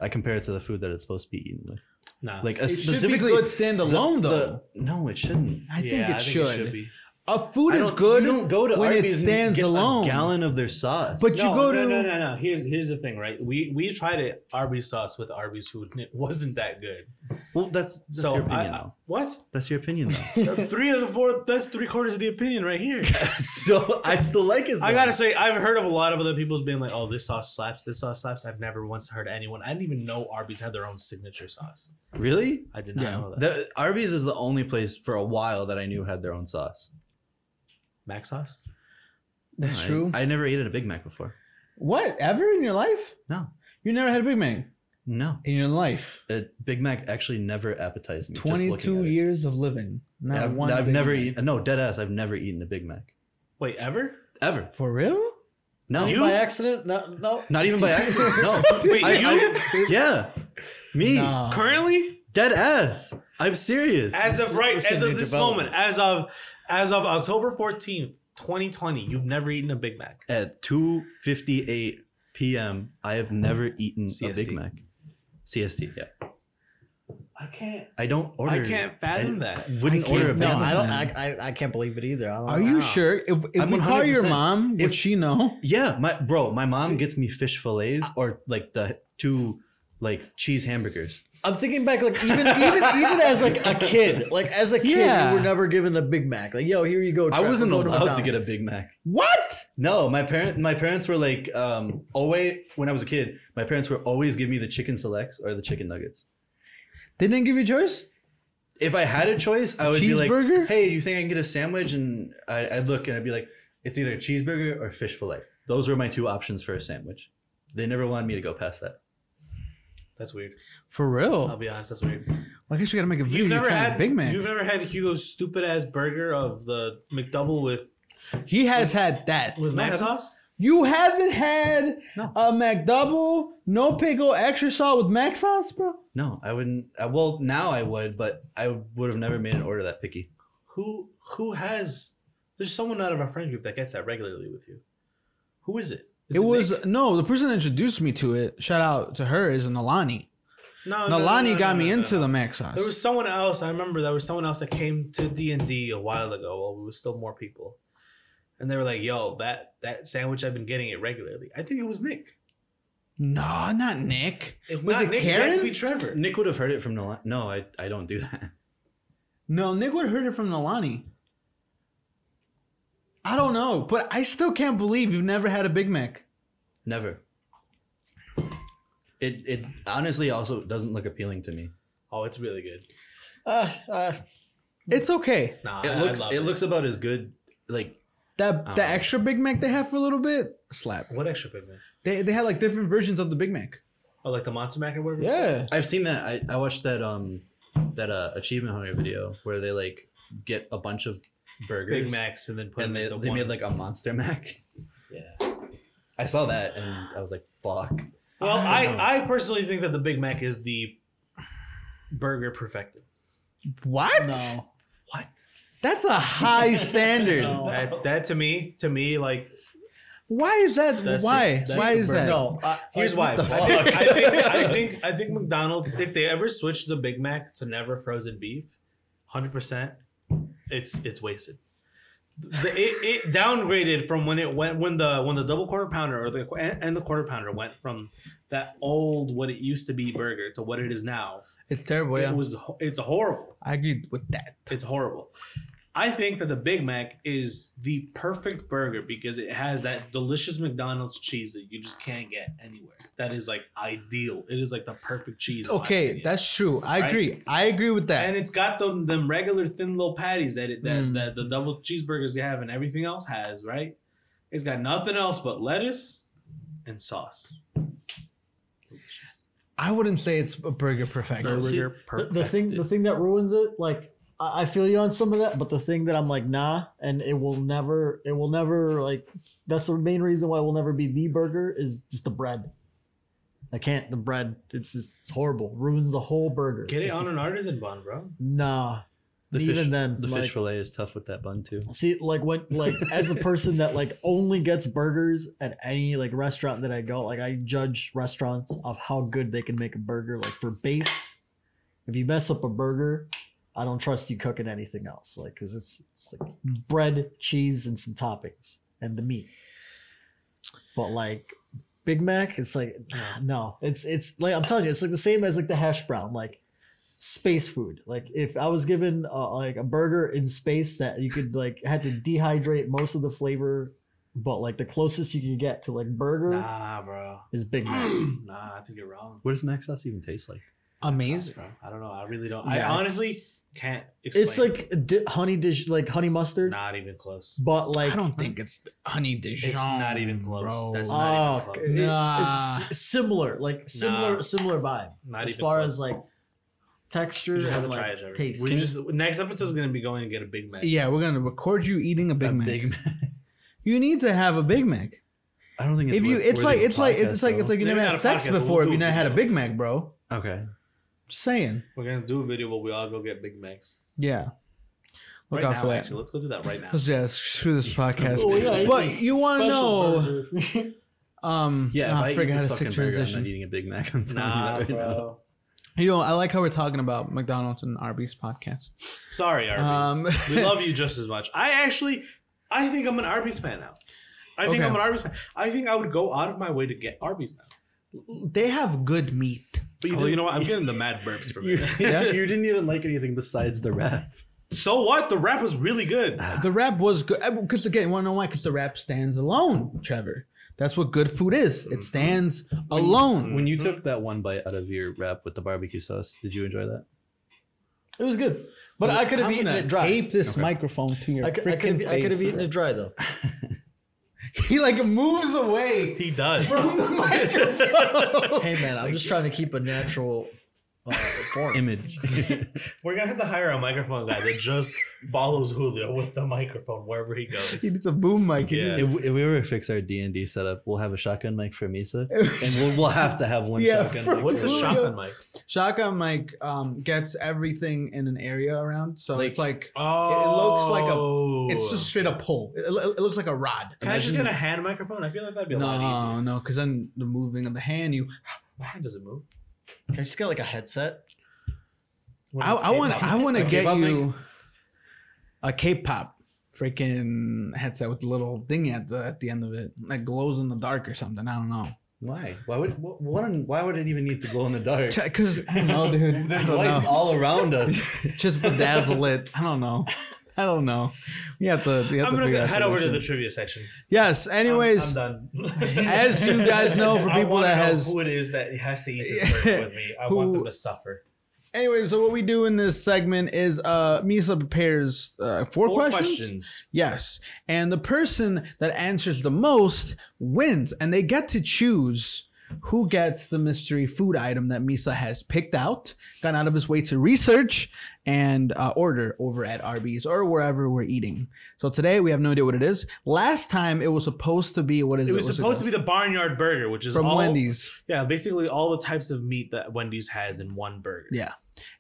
Speaker 3: I compare it to the food that it's supposed to be eaten with,
Speaker 5: Nah.
Speaker 3: like a
Speaker 2: It should be
Speaker 3: specifically.
Speaker 2: good standalone
Speaker 3: the-
Speaker 2: though.
Speaker 3: no, it shouldn't.
Speaker 2: I think,
Speaker 5: Yeah,
Speaker 2: it, should.
Speaker 5: be.
Speaker 2: A food
Speaker 3: I
Speaker 2: is
Speaker 3: don't-
Speaker 2: good.
Speaker 3: You don't go to
Speaker 2: when it
Speaker 3: Arby's and
Speaker 2: stands
Speaker 3: get
Speaker 2: alone.
Speaker 3: A gallon of their sauce.
Speaker 2: But you
Speaker 5: no,
Speaker 2: go
Speaker 5: no,
Speaker 2: to
Speaker 5: no, no, no. Here's here's the thing, right? We we tried it Arby's sauce with Arby's food, and it wasn't that good.
Speaker 3: well, that's, that's
Speaker 5: so
Speaker 3: your opinion
Speaker 5: I, I,
Speaker 3: though.
Speaker 5: what?
Speaker 3: That's your opinion though.
Speaker 5: three of the four. That's three quarters of the opinion right here.
Speaker 3: so I still like it.
Speaker 5: I
Speaker 3: though.
Speaker 5: gotta say, I've heard of a lot of other people's being like, "Oh, this sauce slaps. This sauce slaps." I've never once heard anyone. I didn't even know Arby's had their own signature sauce.
Speaker 3: really.
Speaker 5: I did not
Speaker 2: Yeah.
Speaker 5: know that.
Speaker 3: The, Arby's is the only place for a while that I knew had their own sauce.
Speaker 5: Mac sauce.
Speaker 2: That's
Speaker 3: I-
Speaker 2: true.
Speaker 3: I, never ate at a Big Mac before.
Speaker 2: what ever in your life?
Speaker 3: No.
Speaker 2: You never had a Big Mac
Speaker 3: No,
Speaker 2: in your life.
Speaker 3: a Big Mac actually never appetized me. just looking
Speaker 2: Twenty-two
Speaker 3: at it.
Speaker 2: years of living. Not
Speaker 3: I've,
Speaker 2: one.
Speaker 3: I've
Speaker 2: Big
Speaker 3: never
Speaker 2: Mac.
Speaker 3: eaten. No, dead ass. I've never eaten a Big Mac
Speaker 5: Wait, ever?
Speaker 3: ever.
Speaker 2: For real?
Speaker 3: No,
Speaker 5: You-
Speaker 4: by accident? No, no.
Speaker 3: not even by accident. No.
Speaker 5: Wait,
Speaker 3: I-
Speaker 5: you
Speaker 3: I- yeah, me
Speaker 2: Nah.
Speaker 5: currently,
Speaker 3: dead ass. I'm serious.
Speaker 5: as of right,
Speaker 4: This
Speaker 5: as
Speaker 4: is
Speaker 5: of
Speaker 4: new
Speaker 5: this
Speaker 4: development.
Speaker 5: moment, as of as of October fourteenth, twenty twenty, you've never eaten a Big Mac.
Speaker 3: at 2:58 p.m. I have never eaten a
Speaker 5: CST.
Speaker 3: Big Mac. CST, yeah.
Speaker 5: I can't.
Speaker 3: I don't order.
Speaker 5: I can't fathom that.
Speaker 3: Wouldn't
Speaker 4: I
Speaker 3: order a
Speaker 4: can't- no,
Speaker 3: family.
Speaker 4: I don't. I,
Speaker 2: plan.
Speaker 4: I, I can't believe it either. I don't
Speaker 2: Are you
Speaker 4: know.
Speaker 2: sure? If if
Speaker 3: I'm
Speaker 2: we call your
Speaker 3: 100%.
Speaker 2: mom, would
Speaker 3: If-
Speaker 2: she know?
Speaker 3: Yeah, my bro, my mom
Speaker 4: See-
Speaker 3: gets me fish fillets or like the two like cheese hamburgers.
Speaker 4: I'm thinking back, like even even even as like a kid, like as a kid,
Speaker 2: Yeah.
Speaker 4: you were never given the Big Mac. Like, yo, here you go.
Speaker 3: I
Speaker 4: Trev,
Speaker 3: wasn't
Speaker 4: go to
Speaker 3: allowed to get a
Speaker 4: McDonald's.
Speaker 3: Big Mac.
Speaker 2: What?
Speaker 3: No, my parent my parents were like um always when I was a kid, my parents were always give me the chicken selects or the chicken nuggets.
Speaker 2: They didn't give you choice?
Speaker 3: If I had a choice, I would be like,
Speaker 2: Cheeseburger?
Speaker 3: "Hey, you think I can get a sandwich?" And I, I'd look and I'd be like, "It's either a cheeseburger or fish fillet." Those were my two options for a sandwich. They never wanted me to go past that.
Speaker 5: That's weird.
Speaker 2: For
Speaker 5: I'll
Speaker 2: real?
Speaker 5: be honest. That's weird.
Speaker 2: Well, I guess we gotta make a video.
Speaker 5: You've never
Speaker 2: trying
Speaker 5: had
Speaker 2: Big Mac.
Speaker 5: You've never had Hugo's stupid ass burger of the McDouble with
Speaker 2: He has had that.
Speaker 5: with mac sauce.
Speaker 2: You haven't had
Speaker 3: No.
Speaker 2: a McDouble, no pickle, extra salt with mac sauce, bro?
Speaker 3: No, I wouldn't. I, well, now I would, but I would have never made an order that picky.
Speaker 5: Who who has? There's someone out of our friend group that gets that regularly with you. Who is it? Is
Speaker 2: it was
Speaker 5: Nick?
Speaker 2: no. The person that introduced me to it. Shout out to her is Nalani.
Speaker 5: no, no, no,
Speaker 2: Nalani
Speaker 5: no,
Speaker 2: got
Speaker 5: no,
Speaker 2: me
Speaker 5: no,
Speaker 2: into
Speaker 5: no.
Speaker 2: the mac sauce.
Speaker 5: There was someone else. I remember there was someone else that came to D and D a while ago while we were still more people, and they were like, "Yo, that that sandwich I've been getting it regularly." I think it was Nick.
Speaker 2: no, not Nick.
Speaker 5: If
Speaker 2: Was
Speaker 5: not
Speaker 2: it
Speaker 5: Nick, it had
Speaker 2: Karen?
Speaker 5: to be Trevor.
Speaker 3: Nick would have heard it from Nolan. No, I, I don't do that.
Speaker 2: No, Nick would have heard it from Nalani. I don't know, but I still can't believe you've never had a Big Mac.
Speaker 3: Never. It it honestly also doesn't look appealing to me.
Speaker 5: Oh, it's really good.
Speaker 4: Uh, uh,
Speaker 2: It's okay.
Speaker 5: Nah,
Speaker 3: It
Speaker 5: I- I
Speaker 3: looks
Speaker 5: love
Speaker 3: it looks about as good. Like
Speaker 2: That
Speaker 3: Oh.
Speaker 2: the extra Big Mac they have for a little bit slap.
Speaker 5: What extra big man?
Speaker 2: They they had like different versions of the Big Mac.
Speaker 5: Oh, like the monster mac or whatever. it's called?
Speaker 2: Yeah.
Speaker 3: I've seen that. I, I watched that um that uh achievement hunter video where they like get a bunch of burgers
Speaker 5: Big Macs, and then put
Speaker 3: and
Speaker 5: them
Speaker 3: they,
Speaker 5: into
Speaker 3: they
Speaker 5: one.
Speaker 3: made like a monster mac.
Speaker 5: yeah.
Speaker 3: I saw that and I was like, fuck.
Speaker 5: Well,
Speaker 3: I don't know.
Speaker 5: I, I personally think that the Big Mac is the burger perfected.
Speaker 2: What?
Speaker 4: no.
Speaker 3: What?
Speaker 2: That's a high standard.
Speaker 4: No.
Speaker 5: That, that to me, to me, like
Speaker 2: Why is that?
Speaker 5: That's
Speaker 2: why?
Speaker 5: it. That's uh,
Speaker 2: why
Speaker 5: the
Speaker 2: is that?
Speaker 4: No, I-
Speaker 5: here's
Speaker 4: like,
Speaker 5: why.
Speaker 2: what the
Speaker 5: I think,
Speaker 2: fuck?
Speaker 5: I think I think I think McDonald's, if they ever switch the Big Mac to never frozen beef, hundred percent, it's it's wasted. The, it, it downgraded from when it went when the when the double quarter pounder or the and, and the quarter pounder went from that old what it used to be burger to what it is now.
Speaker 2: It's
Speaker 4: Oh,
Speaker 2: terrible.
Speaker 5: It was ho- it's horrible.
Speaker 2: I agree with that.
Speaker 5: It's horrible. I think that the Big Mac is the perfect burger because it has that delicious McDonald's cheese that you just can't get anywhere. That is like ideal. It is like the perfect cheese. in my
Speaker 2: Okay,
Speaker 5: opinion.
Speaker 2: that's true. I
Speaker 5: Right?
Speaker 2: agree. I agree with that.
Speaker 5: and it's got them them regular thin little patties that it that,
Speaker 2: Mm.
Speaker 5: that the double cheeseburgers you have and everything else has, right? It's got nothing else but lettuce and sauce.
Speaker 2: I wouldn't say it's a burger perfected.
Speaker 4: Burger.
Speaker 5: Burger
Speaker 4: the,
Speaker 5: perfect.
Speaker 4: the thing, the thing that ruins it, like I, I feel you on some of that, but the thing that I'm like, nah, and it will never, it will never, like that's the main reason why it will never be the burger is just the bread. I can't. The bread, it's just it's horrible. Ruins the whole burger.
Speaker 5: Get it
Speaker 4: It's
Speaker 5: on
Speaker 4: just-
Speaker 5: an artisan bun, bro.
Speaker 4: Nah.
Speaker 3: The
Speaker 4: Even
Speaker 3: fish,
Speaker 4: then,
Speaker 3: the
Speaker 4: like-
Speaker 3: fish fillet is tough with that bun too.
Speaker 4: See, like when, like as a person that like only gets burgers at any like restaurant that I go, like I judge restaurants of how good they can make a burger. Like for base, if you mess up a burger, I don't trust you cooking anything else. Like because it's it's like bread, cheese, and some toppings and the meat. But like Big Mac, it's like nah, no, it's it's like I'm telling you, it's like the same as like the hash brown, like space food. Like if I was given uh, like a burger in space that you could like had to dehydrate most of the flavor, but like the closest you can get to like burger
Speaker 5: Nah, bro.
Speaker 4: is Big Mac.
Speaker 5: nah, I think you're wrong.
Speaker 3: What does mac sauce even taste like?
Speaker 2: Amazing.
Speaker 5: Bro, I don't know. I really don't.
Speaker 4: Yeah.
Speaker 5: I honestly can't explain.
Speaker 4: It's like di- honey dish, like honey mustard,
Speaker 5: not even close.
Speaker 4: but like
Speaker 2: I don't think it's honey Dijon.
Speaker 5: It's not even close.
Speaker 2: bro.
Speaker 5: That's
Speaker 4: Oh,
Speaker 5: not- Not even
Speaker 4: it-
Speaker 5: close.
Speaker 4: it's
Speaker 2: Nah.
Speaker 4: s- similar, like similar,
Speaker 5: Nah.
Speaker 4: similar vibe
Speaker 5: Not
Speaker 4: as
Speaker 5: even
Speaker 4: far
Speaker 5: close.
Speaker 4: as like texture
Speaker 5: You just have
Speaker 4: and
Speaker 5: to try it,
Speaker 4: like
Speaker 5: Trevor.
Speaker 4: taste.
Speaker 5: We just next episode is gonna be going and get a Big Mac.
Speaker 2: yeah, we're gonna record you eating a Big
Speaker 3: A
Speaker 2: Mac.
Speaker 3: Big Mac.
Speaker 2: You need to have a Big Mac.
Speaker 3: I don't think it's
Speaker 2: If you,
Speaker 3: worth-
Speaker 2: it's
Speaker 3: worthy
Speaker 2: like
Speaker 3: of a
Speaker 2: it's like
Speaker 3: podcast,
Speaker 2: it's like it's
Speaker 3: though.
Speaker 2: like you
Speaker 5: Maybe
Speaker 2: never
Speaker 5: not
Speaker 2: had
Speaker 5: a
Speaker 2: sex
Speaker 5: podcast, but
Speaker 2: before if
Speaker 5: we'll
Speaker 2: you
Speaker 5: do
Speaker 2: never
Speaker 5: it.
Speaker 2: had a Big Mac, bro.
Speaker 3: okay.
Speaker 2: Just saying.
Speaker 5: We're gonna do a video where we all go get Big Macs.
Speaker 2: Yeah. Look
Speaker 5: right
Speaker 2: out
Speaker 5: now,
Speaker 2: for that.
Speaker 5: actually, let's go do that right now.
Speaker 2: Let's yeah, screw this podcast.
Speaker 4: Oh, yeah, it's
Speaker 2: but
Speaker 4: a
Speaker 2: you want to
Speaker 4: special
Speaker 2: know?
Speaker 4: burger.
Speaker 2: Um,
Speaker 3: Yeah,
Speaker 2: nah,
Speaker 3: if I,
Speaker 2: forgot
Speaker 3: eat
Speaker 2: how
Speaker 3: this
Speaker 2: to
Speaker 3: fucking
Speaker 2: sick
Speaker 3: burger, I'm not
Speaker 2: transition.
Speaker 3: eating a Big Mac. I'm telling
Speaker 5: Nah,
Speaker 3: you that right now.
Speaker 5: bro.
Speaker 2: You know, I like how we're talking about McDonald's and Arby's podcast.
Speaker 5: Sorry, Arby's. we love you just as much. I actually, I think I'm an Arby's fan now. I think
Speaker 2: Okay.
Speaker 5: I'm an Arby's fan. I think I would go out of my way to get Arby's now.
Speaker 2: They have good meat.
Speaker 5: But you,
Speaker 3: didn't-
Speaker 5: know what? I'm getting the mad burps from
Speaker 3: You,
Speaker 5: it.
Speaker 2: Yeah.
Speaker 3: you didn't even like anything besides the rap.
Speaker 5: so what? The rap was really good.
Speaker 2: The wrap was good because again, you want to know why? Because the wrap stands alone, Trevor. That's what good food is. It stands alone.
Speaker 3: When you took that one bite out of your wrap with the barbecue sauce, did you enjoy that?
Speaker 4: It was good, but I could have
Speaker 2: I'm
Speaker 4: eaten
Speaker 2: gonna
Speaker 4: it dry.
Speaker 2: Tape this microphone to your
Speaker 4: I could, I could,
Speaker 2: freaking
Speaker 4: have, I could have
Speaker 2: face,
Speaker 4: eaten it dry though.
Speaker 2: bro. He like moves away.
Speaker 5: He does.
Speaker 2: from the microphone.
Speaker 4: hey man, I'm just trying to keep a natural
Speaker 3: Oh,
Speaker 4: uh, form.
Speaker 3: Image.
Speaker 5: We're gonna have to hire a microphone guy that just follows Julio with the microphone wherever he
Speaker 2: he
Speaker 5: goes.
Speaker 2: needs a boom mic. He
Speaker 5: Yeah.
Speaker 2: needs-
Speaker 3: if, we- if we ever fix our D and D setup, we'll have a shotgun mic for Misa, and we'll, we'll have to have one
Speaker 2: Yeah,
Speaker 3: shotgun.
Speaker 2: for-
Speaker 3: mic
Speaker 5: What's a
Speaker 3: for-
Speaker 2: Julio.
Speaker 5: shotgun mic?
Speaker 2: Shotgun mic um, gets everything in an area around, so it's like
Speaker 5: Oh,
Speaker 2: looks like a- it's just straight up pole. It, it looks like a rod.
Speaker 5: Can I just
Speaker 2: Imagine-
Speaker 5: get a hand microphone? I feel like that'd be a lot
Speaker 2: No,
Speaker 5: easier.
Speaker 2: no, because then the moving of the hand, you.
Speaker 5: My hand doesn't move.
Speaker 4: Can I just get like a headset?
Speaker 5: When
Speaker 2: I
Speaker 5: it's
Speaker 2: I want
Speaker 5: K-pop.
Speaker 2: I want to
Speaker 3: Like
Speaker 2: get
Speaker 3: K-pop
Speaker 2: you a K-pop freaking headset with the little thing at the at the end of it that glows in the dark or something. I don't know.
Speaker 3: Why? Why would wh- one? Why would it even need to glow in the dark?
Speaker 2: Because I don't know, dude. I
Speaker 3: There's
Speaker 2: don't
Speaker 3: lights
Speaker 2: know.
Speaker 3: all around us.
Speaker 2: Just bedazzle it. I don't know. I don't know. We have to. We have
Speaker 5: I'm
Speaker 2: to
Speaker 5: gonna
Speaker 2: figure
Speaker 5: go-
Speaker 2: out
Speaker 5: head over to the
Speaker 2: solution.
Speaker 5: trivia section.
Speaker 2: Yes.
Speaker 5: I'm-
Speaker 2: Anyways.
Speaker 5: I'm, done.
Speaker 2: as you guys know, for
Speaker 5: I
Speaker 2: people
Speaker 5: wanna
Speaker 2: that
Speaker 5: know
Speaker 2: has-
Speaker 5: who it is that has to eat this burger with me. I want
Speaker 2: Who-
Speaker 5: them to suffer.
Speaker 2: Anyway, so what we do in this segment is uh Misa prepares uh, four, questions. Yes. And the person that answers the most wins and they get to choose who gets the mystery food item that Misa has picked out, gone out of his way to research and uh, order over at Arby's or wherever we're eating. So today we have no idea what it is. Last time it was supposed to be what is
Speaker 5: It was supposed to be the barnyard burger, which is
Speaker 2: from
Speaker 5: all,
Speaker 2: Wendy's.
Speaker 5: Yeah, basically all the types of meat that Wendy's has in one burger.
Speaker 2: Yeah.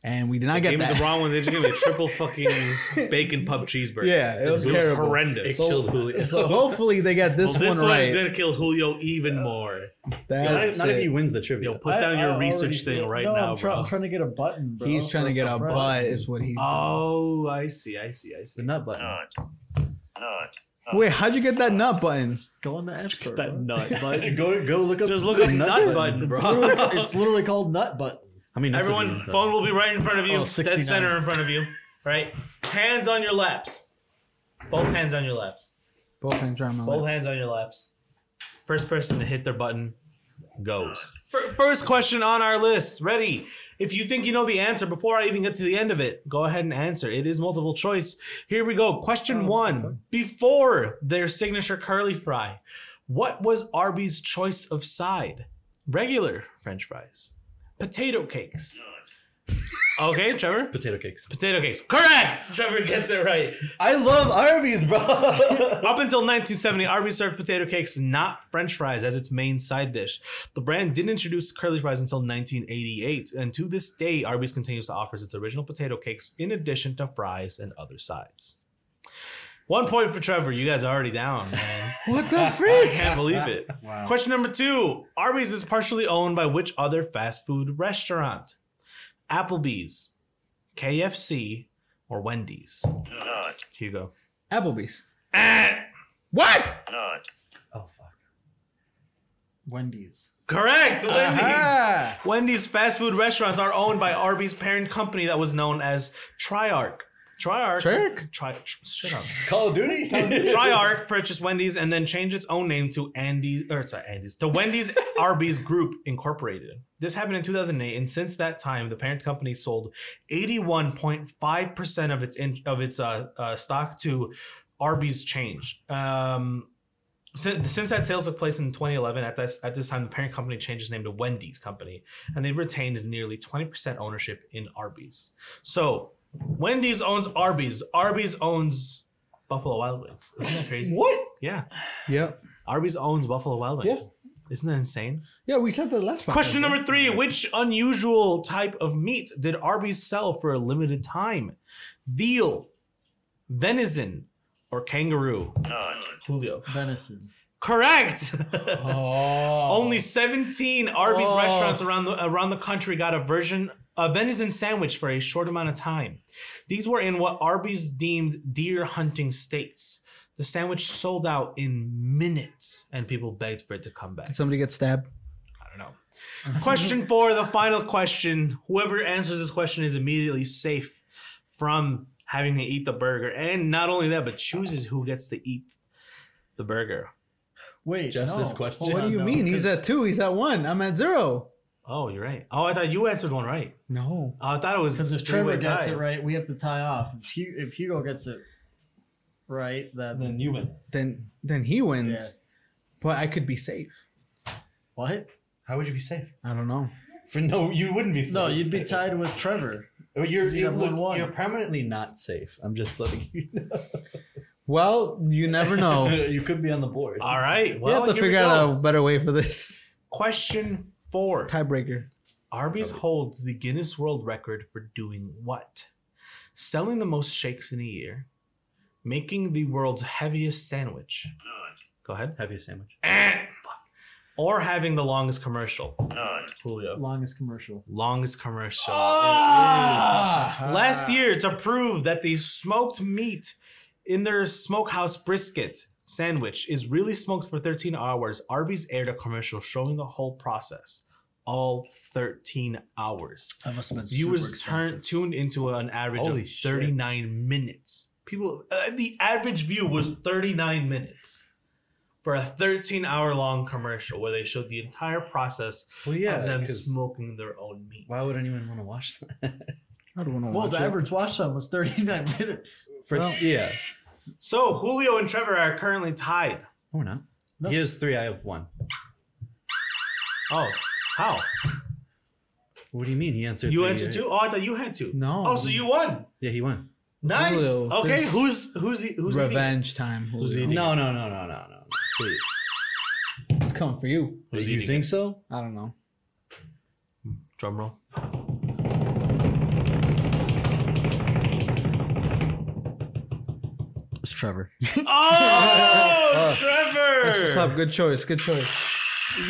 Speaker 2: And we did not
Speaker 5: I
Speaker 2: get
Speaker 5: gave me
Speaker 2: that.
Speaker 5: the wrong one. They just gave me a triple fucking bacon pub cheeseburger.
Speaker 2: Yeah, it was
Speaker 5: it was
Speaker 2: terrible.
Speaker 5: horrendous.
Speaker 3: It killed Julio.
Speaker 2: so hopefully they get this
Speaker 5: Well, this
Speaker 2: one
Speaker 5: one is
Speaker 2: right.
Speaker 5: gonna kill Julio even more.
Speaker 3: Not, if-
Speaker 2: That's
Speaker 3: not if
Speaker 2: it.
Speaker 3: he wins the trivia.
Speaker 5: Yo, put down
Speaker 4: I- I
Speaker 5: your
Speaker 4: already
Speaker 5: research thing
Speaker 4: feel-
Speaker 5: right
Speaker 4: no,
Speaker 5: now,
Speaker 4: I'm, try-
Speaker 5: bro.
Speaker 4: I'm trying to get a button, bro.
Speaker 2: He's trying to
Speaker 4: First
Speaker 2: get
Speaker 4: off,
Speaker 2: a
Speaker 4: right?
Speaker 2: butt is what he's
Speaker 5: oh, I see, I see, I
Speaker 3: the
Speaker 5: see.
Speaker 3: nut button.
Speaker 2: Wait, how'd you get that nut button?
Speaker 4: Go on the app store.
Speaker 5: That
Speaker 4: bro.
Speaker 5: nut button.
Speaker 3: go go look up.
Speaker 5: Just look up nut button, bro.
Speaker 4: it's literally called nut button.
Speaker 3: I mean, that's a good
Speaker 5: Everyone,
Speaker 3: nut
Speaker 5: phone
Speaker 3: button.
Speaker 5: will be right in front of you,
Speaker 4: Oh,
Speaker 5: dead
Speaker 4: 69.
Speaker 5: center in front of you, right? Hands on your laps. Both hands on your laps.
Speaker 2: Both hands are on my
Speaker 5: Both
Speaker 2: lap.
Speaker 5: hands on your laps. First person to hit their button goes. Fir- First question on our list. Ready? If you think you know the answer before I even get to the end of it, go ahead and answer. It is multiple choice. Here we go. Question one. Before their signature curly fry, what was Arby's choice of side? Regular French fries, potato cakes. Okay, Trevor.
Speaker 3: potato cakes.
Speaker 5: Potato cakes. Correct. Trevor gets it right.
Speaker 3: I love Arby's, bro. Oh,
Speaker 5: Up until 1970, Arby's served potato cakes, not French fries, as its main side dish. The brand didn't introduce curly fries until 1988, and to this day, Arby's continues to offer its original potato cakes in addition to fries and other sides. One point for Trevor. You guys are already down, man.
Speaker 2: What the
Speaker 5: I
Speaker 2: freak?
Speaker 5: can't believe it. Question number two Arby's is partially owned by which other fast food restaurant? Applebee's, KFC, or Wendy's? Here you go.
Speaker 2: Applebee's.
Speaker 5: Eh,
Speaker 2: What?
Speaker 3: oh fuck.
Speaker 4: Wendy's.
Speaker 5: Correct, Wendy's.
Speaker 2: Ah.
Speaker 5: Wendy's fast food restaurants are owned by Arby's parent company that was known as Triarch. Triarch.
Speaker 2: Triarch?
Speaker 5: Tri- tr- shut up.
Speaker 3: Call of Duty.
Speaker 5: Triarch purchased Wendy's and then changed its own name to Andy's, or sorry, Andy's, to Wendy's Arby's Group Incorporated. This happened in 2008, and since that time, the parent company sold 81.5 percent of its in, of its uh, uh, stock to Arby's change. Um, since, since that sales took place in 2011, at this at this time, the parent company changed its name to Wendy's Company, and they retained nearly 20% ownership in Arby's. So Wendy's owns Arby's. Arby's owns Buffalo Wild Wings. Isn't that crazy?
Speaker 3: What?
Speaker 5: Yeah.
Speaker 2: Yep.
Speaker 5: Arby's owns Buffalo Wild Wings. Isn't that insane?
Speaker 2: Yeah, we said that last one.
Speaker 5: Question number three Which unusual type of meat did Arby's sell for a limited time? Veal, venison, or kangaroo? Julio.
Speaker 4: Venison.
Speaker 5: Correct.
Speaker 2: Oh.
Speaker 5: Only 17 Arby's
Speaker 2: Oh.
Speaker 5: restaurants around the around the country got a version a venison sandwich for a short amount of time. These were in what Arby's deemed deer hunting states. The sandwich sold out in minutes, and people begged for it to come back.
Speaker 2: Did somebody get stabbed?
Speaker 5: I don't know. question four, the final question. Whoever answers this question is immediately safe from having to eat the burger. And not only that, but chooses who gets to eat the burger.
Speaker 4: Wait,
Speaker 3: Just this question.
Speaker 2: What do you mean? He's at two. He's at one. I'm at zero.
Speaker 5: Oh, you're right. Oh, I thought you answered one right.
Speaker 2: No.
Speaker 5: Oh, I thought it was
Speaker 4: because if
Speaker 5: three-way
Speaker 4: Trevor gets
Speaker 5: tie.
Speaker 4: it right, we have to tie off. If, Hu- if Hugo gets it right, then,
Speaker 5: then you win.
Speaker 2: Then then he wins.
Speaker 4: Yeah.
Speaker 2: But I could be safe.
Speaker 4: what?
Speaker 3: How would you be safe?
Speaker 2: I don't know.
Speaker 3: For no, you wouldn't be safe.
Speaker 4: No, you'd be tied with Trevor.
Speaker 3: You're, you're,
Speaker 4: You'd have
Speaker 3: look,
Speaker 4: one.
Speaker 3: you're permanently not safe. I'm just letting you know.
Speaker 2: Well, you never know.
Speaker 3: you could be on the board.
Speaker 5: All right.
Speaker 2: we
Speaker 5: Well,
Speaker 2: have to
Speaker 5: here we
Speaker 2: figure out
Speaker 5: go.
Speaker 2: a better way for this
Speaker 5: Question four.
Speaker 2: tiebreaker.
Speaker 5: Arby's holds the Guinness World Record for doing what? Selling the most shakes in a year, making the world's heaviest sandwich. Go ahead.
Speaker 3: Have your sandwich.
Speaker 5: Or having the longest commercial. Julio.
Speaker 4: Longest commercial.
Speaker 5: Longest commercial.
Speaker 2: Ah!
Speaker 5: Last year, to prove that the smoked meat in their smokehouse brisket sandwich is really smoked for 13 hours, Arby's aired a commercial showing the whole process. All 13 hours.
Speaker 4: That must have been
Speaker 5: viewers turn, tuned into an average
Speaker 3: Holy
Speaker 5: of
Speaker 3: shit.
Speaker 5: 39 minutes. People, uh, the average view was 39 minutes for a 13 hour long commercial where they showed the entire process
Speaker 3: Well,
Speaker 5: of them
Speaker 3: 'cause
Speaker 5: smoking their own meat.
Speaker 3: Why would anyone want to watch that?
Speaker 2: I don't want to
Speaker 4: Well,
Speaker 2: watch
Speaker 4: the
Speaker 2: it.
Speaker 4: average watch time was 39 minutes.
Speaker 3: For,
Speaker 2: Well-
Speaker 3: yeah.
Speaker 5: so Julio and Trevor are currently tied.
Speaker 3: No, we're not.
Speaker 4: No.
Speaker 3: He has three. I have one.
Speaker 5: Oh, how?
Speaker 3: What do you mean? He answered.
Speaker 5: You
Speaker 3: three,
Speaker 5: answered
Speaker 3: right?
Speaker 5: two? Oh, I thought you had two.
Speaker 2: No.
Speaker 5: Oh, so you won.
Speaker 3: Yeah, he won.
Speaker 5: Nice.
Speaker 2: Julio,
Speaker 5: okay,
Speaker 2: this-
Speaker 5: who's who's he- who's eating?
Speaker 2: Revenge time.
Speaker 4: Who's
Speaker 2: Julio.
Speaker 4: eating?
Speaker 3: No, no, no, no, no, no, no. Please.
Speaker 2: It's coming for you.
Speaker 5: Who's
Speaker 3: you
Speaker 5: eating
Speaker 3: think so?
Speaker 2: I don't know.
Speaker 5: Drum roll.
Speaker 4: It's Trevor.
Speaker 5: Oh,
Speaker 2: Uh, That's what's up.
Speaker 5: Trevor!
Speaker 2: Good choice. Good choice.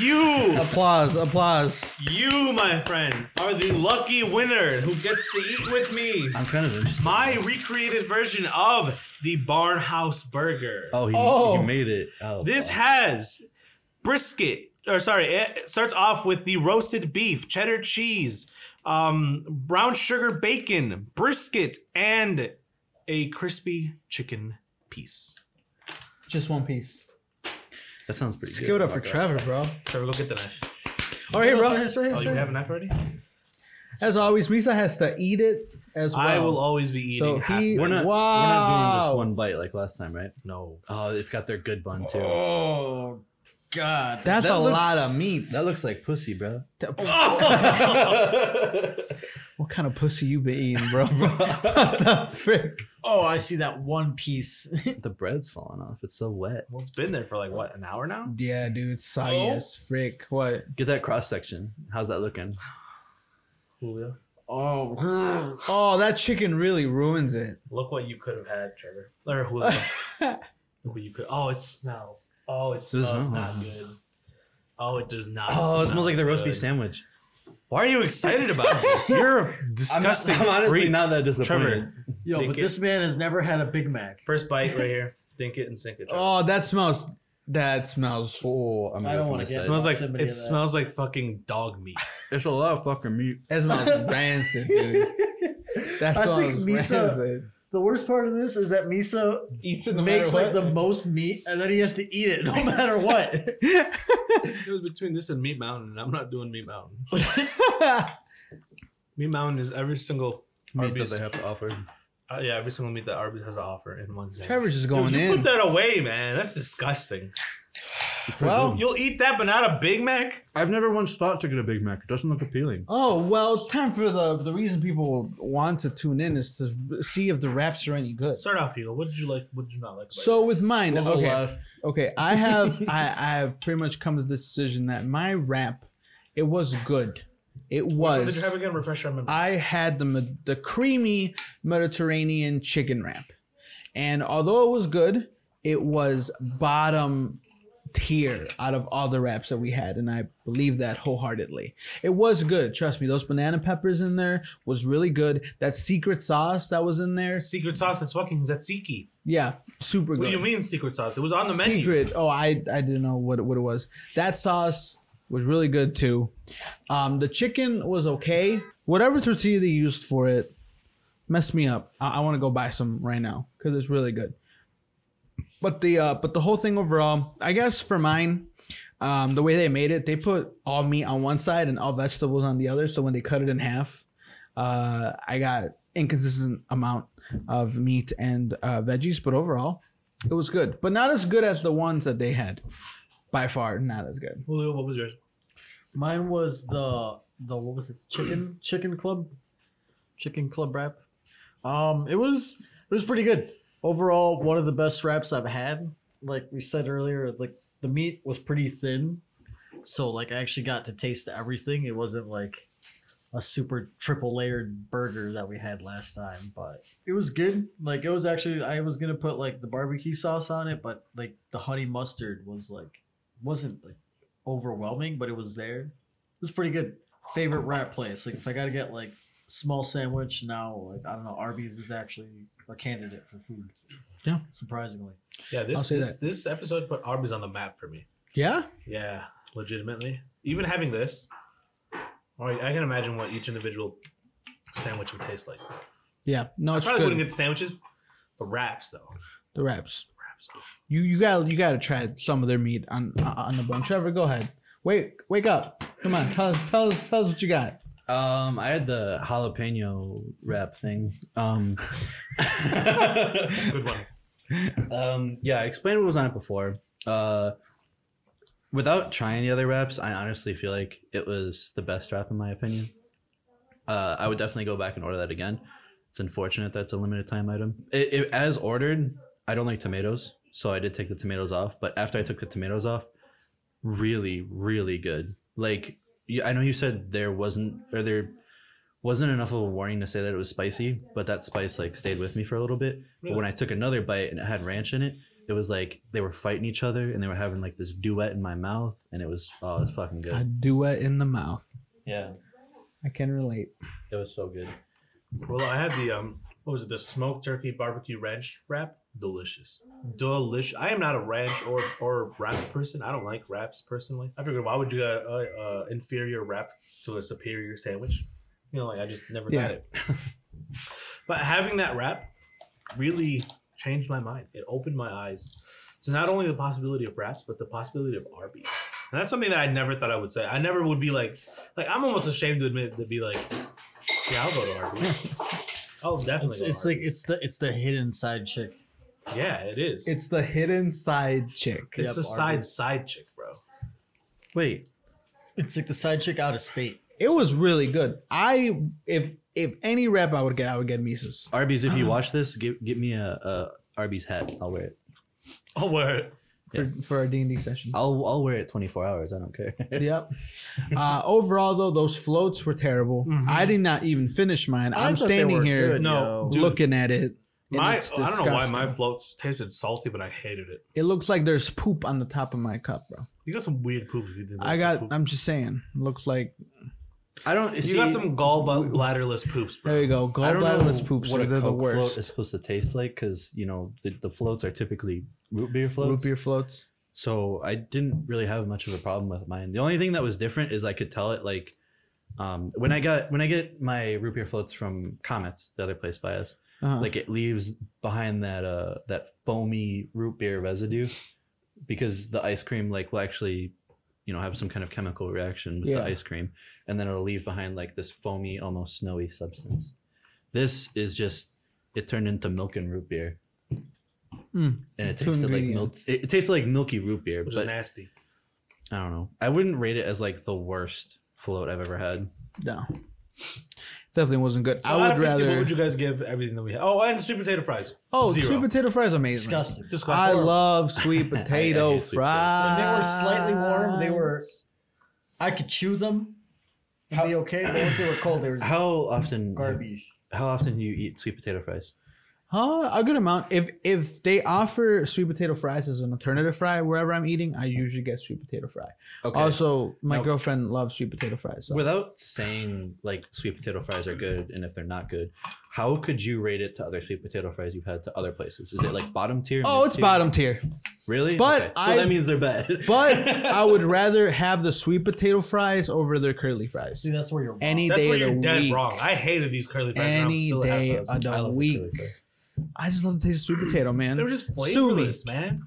Speaker 5: You
Speaker 2: applause. Applause.
Speaker 5: You, my friend, are the lucky winner who gets to eat with me.
Speaker 3: I'm kind of interested.
Speaker 5: My recreated version of the Barnhouse Burger.
Speaker 3: oh, he,
Speaker 2: Oh.
Speaker 3: he made it. Oh,
Speaker 5: This
Speaker 3: wow.
Speaker 5: has brisket, or sorry, it starts off with the roasted beef, cheddar cheese, um, brown sugar bacon, brisket, and a crispy chicken piece.
Speaker 2: Just one piece.
Speaker 3: that sounds pretty.
Speaker 2: Let's
Speaker 3: good.
Speaker 2: give it up
Speaker 3: Oh
Speaker 2: for
Speaker 3: my God.
Speaker 2: Trevor, bro.
Speaker 5: Trevor, go get the knife.
Speaker 2: All right,
Speaker 4: Sorry,
Speaker 2: bro.
Speaker 4: sorry,
Speaker 5: Oh, you
Speaker 4: sorry.
Speaker 5: have a knife already?
Speaker 2: As always, Misa has to eat it as well.
Speaker 5: I will always be eating.
Speaker 2: So
Speaker 5: half.
Speaker 2: he-
Speaker 3: We're not. We're not doing
Speaker 2: Wow.
Speaker 3: just one bite like last time, right?
Speaker 5: no.
Speaker 3: Oh, it's got their good bun too.
Speaker 4: Oh, God.
Speaker 2: That's
Speaker 3: That
Speaker 2: a
Speaker 3: looks-
Speaker 2: lot of meat. oh,
Speaker 3: That looks like pussy, bro.
Speaker 2: What kind of pussy you been eating, bro? what the frick?
Speaker 4: Oh, I see that one piece.
Speaker 3: the bread's falling off. It's so wet.
Speaker 5: Well, it's been there for like what an hour now.
Speaker 2: Yeah, dude, sorry
Speaker 5: Oh.
Speaker 2: as frick. What?
Speaker 3: Get that cross section. How's that looking?
Speaker 5: Julio,
Speaker 4: oh,
Speaker 2: Oh, that chicken really ruins it.
Speaker 5: look what you could have had, Trevor or Julio. look what you could. Oh, it smells. Oh, it
Speaker 3: Does it
Speaker 5: smells
Speaker 3: smell?
Speaker 5: not good. Oh, it does not.
Speaker 3: Oh, it
Speaker 5: smell
Speaker 3: smells like the roast
Speaker 5: good.
Speaker 3: beef sandwich.
Speaker 5: Why are you excited about this? You're a disgusting.
Speaker 3: I'm, not- I'm honestly
Speaker 5: freak.
Speaker 3: not that disappointed.
Speaker 5: Trevor.
Speaker 4: yo,
Speaker 5: Think
Speaker 4: but
Speaker 5: it-
Speaker 4: this man has never had a Big Mac.
Speaker 5: First bite right here. Dink it and sink it. Trevor.
Speaker 2: Oh, that smells. That smells.
Speaker 3: Oh, I'm
Speaker 4: I
Speaker 3: gonna
Speaker 4: don't wanna
Speaker 3: miss
Speaker 4: get-
Speaker 5: it
Speaker 3: it.
Speaker 5: smells like
Speaker 4: proximity
Speaker 5: it
Speaker 4: of that.
Speaker 5: smells like fucking dog meat.
Speaker 3: It's a lot of fucking meat.
Speaker 2: That smells rancid, dude. That
Speaker 4: I
Speaker 2: smells
Speaker 4: think Misa-
Speaker 2: rancid.
Speaker 4: The worst part of this is that Miso
Speaker 2: Eats it
Speaker 4: makes like the most meat, and then he has to eat it no matter what.
Speaker 5: it was between this and Meat Mountain, and I'm not doing Meat Mountain. Meat Mountain is every single
Speaker 3: Meat that
Speaker 5: Arby's-
Speaker 3: they have to offer.
Speaker 5: uh, yeah, every single meat that Arby's has to offer in one sandwich.
Speaker 2: Trevor's just
Speaker 5: Dude,
Speaker 2: going
Speaker 5: you
Speaker 2: in.
Speaker 5: put that away, man. That's disgusting.
Speaker 2: Well-
Speaker 5: Oh, You'll eat that, but not a Big Mac.
Speaker 3: I've never once thought to get a Big Mac. It doesn't look appealing.
Speaker 2: Oh well, it's time for the the reason people want to tune in is to see if the raps are any good.
Speaker 5: Start off, Hugo. What did you like? What did you not like? About
Speaker 2: So with mine,
Speaker 3: Well, the
Speaker 2: okay,
Speaker 3: left-
Speaker 2: okay, I have I I have pretty much come to the decision that my rap, it was good, it
Speaker 5: it? What Oh, did you
Speaker 2: was.
Speaker 5: have again? Refresh our memory.
Speaker 2: I had the me- the creamy Mediterranean chicken wrap, and although it was good, it was bottom tier out of all the wraps that we had, and I believe that wholeheartedly. It was good, trust me. Those banana peppers in there was really good. That secret sauce that was in there,
Speaker 5: Secret sauce. It's fucking tzatziki.
Speaker 2: yeah, super good.
Speaker 5: What do you mean secret sauce? It was on the menu.
Speaker 2: Secret. Oh, I I didn't know what what it was. That sauce was really good too. Um, the chicken was okay. Whatever tortilla they used for it messed me up. I, I want to go buy some right now because it's really good. But the uh, but the whole thing overall, I guess for mine, um, the way they made it, they put all meat on one side and all vegetables on the other. So when they cut it in half, uh, I got inconsistent amount of meat and uh, veggies. But overall, it was good, but not as good as the ones that they had. By far, not as good.
Speaker 5: Julio, what was yours?
Speaker 4: Mine was the the what was it? Chicken chicken club, chicken club wrap. Um, it was it was pretty good overall. One of the best wraps I've had. Like we said earlier, like the meat was pretty thin, so like I actually got to taste everything. It wasn't like a super triple layered burger that we had last time, but it was good. Like it was actually I was gonna put like the barbecue sauce on it, but like the honey mustard was like wasn't like overwhelming, but it was there. It was pretty good. Favorite wrap place. Like if I gotta get like small sandwich now, like I don't know, Arby's is actually a candidate for food.
Speaker 2: Yeah.
Speaker 4: surprisingly.
Speaker 5: Yeah,
Speaker 2: I'll
Speaker 5: this
Speaker 2: say
Speaker 5: this, this episode put Arby's on the map for me.
Speaker 2: Yeah,
Speaker 5: Yeah, legitimately. Even having this, all right, I can imagine what each individual sandwich would taste like.
Speaker 2: yeah. No,
Speaker 5: I
Speaker 2: it's
Speaker 5: probably
Speaker 2: good.
Speaker 5: wouldn't get the sandwiches, the wraps though.
Speaker 2: the wraps.
Speaker 5: Wraps.
Speaker 2: You you got you got to try some of their meat on on the bun. Trevor, go ahead. Wake wake up. Come on, tell us tell us tell us what you got.
Speaker 3: Um, I had the jalapeno wrap thing. Um, um,
Speaker 5: Good one.
Speaker 3: yeah, I explained what was on it before. Uh, without trying the other wraps, I honestly feel like it was the best wrap in my opinion. Uh, I would definitely go back and order that again. It's unfortunate that's a limited time item. It, it, as ordered, I don't like tomatoes, so I did take the tomatoes off. But after I took the tomatoes off, really, really good. Like you- I know you said there wasn't or there wasn't enough of a warning to say that it was spicy, but that spice like stayed with me for a little bit. But when I took another bite and it had ranch in it, it was like they were fighting each other and they were having like this duet in my mouth, and it was oh, it was fucking
Speaker 2: A
Speaker 3: good.
Speaker 2: duet in the mouth.
Speaker 3: Yeah,
Speaker 2: I can relate.
Speaker 3: it was so good.
Speaker 5: Well, I had the um, what was it? The smoked turkey barbecue ranch wrap. Delicious, delicious. I am not a ranch or or wrap person. I don't like wraps personally. I figured why would you get a, a, a inferior wrap to a superior sandwich? You know, like I just never
Speaker 2: Yeah.
Speaker 5: got it. but having that wrap really changed my mind. It opened my eyes to not only the possibility of wraps, but the possibility of Arby's. And that's something that I never thought I would say. I never would be like, like I'm almost ashamed to admit to be like, yeah, I'll go to Arby's. I'll definitely.
Speaker 4: It's,
Speaker 5: go to
Speaker 4: it's like it's the it's the hidden side chick.
Speaker 5: Arby's. yeah, it is. It's,
Speaker 2: It's the hidden side chick.
Speaker 5: it's
Speaker 4: Yep,
Speaker 5: a side
Speaker 4: Arby's.
Speaker 5: side chick, bro.
Speaker 3: Wait,
Speaker 4: It's like the side chick out of state.
Speaker 2: It was really good. I if if any wrap I would get, I would get Mises.
Speaker 3: Arby's, if you watch this, give give me a, a Arby's hat. I'll wear it.
Speaker 5: Oh, word.
Speaker 2: for, for our D and D session.
Speaker 3: I'll I'll wear it 24 hours. I don't care.
Speaker 2: yep. Uh, overall, though, those floats were terrible.
Speaker 5: Mhm.
Speaker 2: I did not even finish mine.
Speaker 4: Mm-hmm. I
Speaker 2: I'm
Speaker 4: thought they
Speaker 2: standing
Speaker 4: were
Speaker 2: here
Speaker 4: good,
Speaker 5: No,
Speaker 4: yo.
Speaker 5: dude.
Speaker 2: looking at it. and
Speaker 5: My, I
Speaker 2: it's
Speaker 5: don't know why my
Speaker 2: disgusting.
Speaker 5: floats tasted salty, but I hated it.
Speaker 2: It looks like there's poop on the top of my cup, bro.
Speaker 5: You got some weird poop. If you did
Speaker 2: I got. I'm just saying. Looks like
Speaker 3: I don't.
Speaker 5: You got some gallbladderless poops, bro.
Speaker 2: there you go.
Speaker 3: I don't know
Speaker 2: Gallbladderless poops.
Speaker 3: What
Speaker 2: What
Speaker 3: a
Speaker 2: they're the
Speaker 3: Coke float
Speaker 2: worst.
Speaker 3: is supposed to taste like, because you know the, the floats are typically root beer
Speaker 2: Root
Speaker 3: floats.
Speaker 2: beer floats.
Speaker 3: So I didn't really have much of a problem with mine. The only thing that was different is I could tell it like um, when I got when I get my root beer floats from Comets, the other place by us,
Speaker 2: Uh-huh.
Speaker 3: like it leaves behind that uh that foamy root beer residue because the ice cream like will actually you know have some kind of chemical reaction with
Speaker 2: Yeah.
Speaker 3: the ice cream and then it'll leave behind like this foamy almost snowy substance this is just it turned into milk and root beer
Speaker 2: Mm.
Speaker 3: and it
Speaker 2: Two
Speaker 3: tasted like milk
Speaker 2: ingredients.
Speaker 3: it, it tasted like milky root beer
Speaker 5: which
Speaker 3: but
Speaker 5: is nasty.
Speaker 3: i don't know i wouldn't rate it as like the worst float i've ever had
Speaker 2: no. Definitely wasn't good.
Speaker 5: So out
Speaker 2: I
Speaker 5: of
Speaker 2: would
Speaker 5: 50, What
Speaker 2: rather.
Speaker 5: would you guys give everything that we had? Oh, and sweet potato fries.
Speaker 2: oh,
Speaker 5: Zero.
Speaker 2: sweet potato fries, amazing.
Speaker 4: Disgusting.
Speaker 5: Just
Speaker 2: I
Speaker 5: horrible.
Speaker 2: love
Speaker 3: I- I
Speaker 2: sweet
Speaker 3: hate
Speaker 2: potato
Speaker 3: sweet potatoes.
Speaker 2: fries.
Speaker 4: They were slightly warm. They were. I could chew them and be okay, but once they were cold, they were just
Speaker 3: how often
Speaker 4: garbage.
Speaker 3: how often do you eat sweet potato fries
Speaker 2: Huh? A good amount. If if they offer sweet potato fries as an alternative fry wherever I'm eating, I usually get sweet potato fry.
Speaker 3: Okay.
Speaker 2: Also, my
Speaker 3: Now-
Speaker 2: girlfriend loves sweet potato fries. So.
Speaker 3: Without saying like sweet potato fries are good and if they're not good, how could you rate it to other sweet potato fries you've had to other places? Is it like bottom tier?
Speaker 2: Oh,
Speaker 3: mid
Speaker 2: it's
Speaker 3: tier?
Speaker 2: bottom tier.
Speaker 3: Really?
Speaker 2: But
Speaker 3: okay. so
Speaker 2: I-
Speaker 3: that means they're bad.
Speaker 2: But I would rather have the sweet potato fries over their curly fries.
Speaker 4: See, that's where you're.
Speaker 2: Any
Speaker 5: That's
Speaker 2: day
Speaker 5: where
Speaker 2: of the
Speaker 5: you're dead
Speaker 2: week.
Speaker 5: wrong. I hated these curly fries. and I'm
Speaker 2: Any
Speaker 5: still
Speaker 2: day
Speaker 5: at
Speaker 2: of
Speaker 3: I
Speaker 2: the
Speaker 3: love
Speaker 2: week.
Speaker 3: curly fries.
Speaker 2: I just love the taste of sweet potato, man.
Speaker 5: They were just
Speaker 2: Sue me.
Speaker 5: flavorless, man.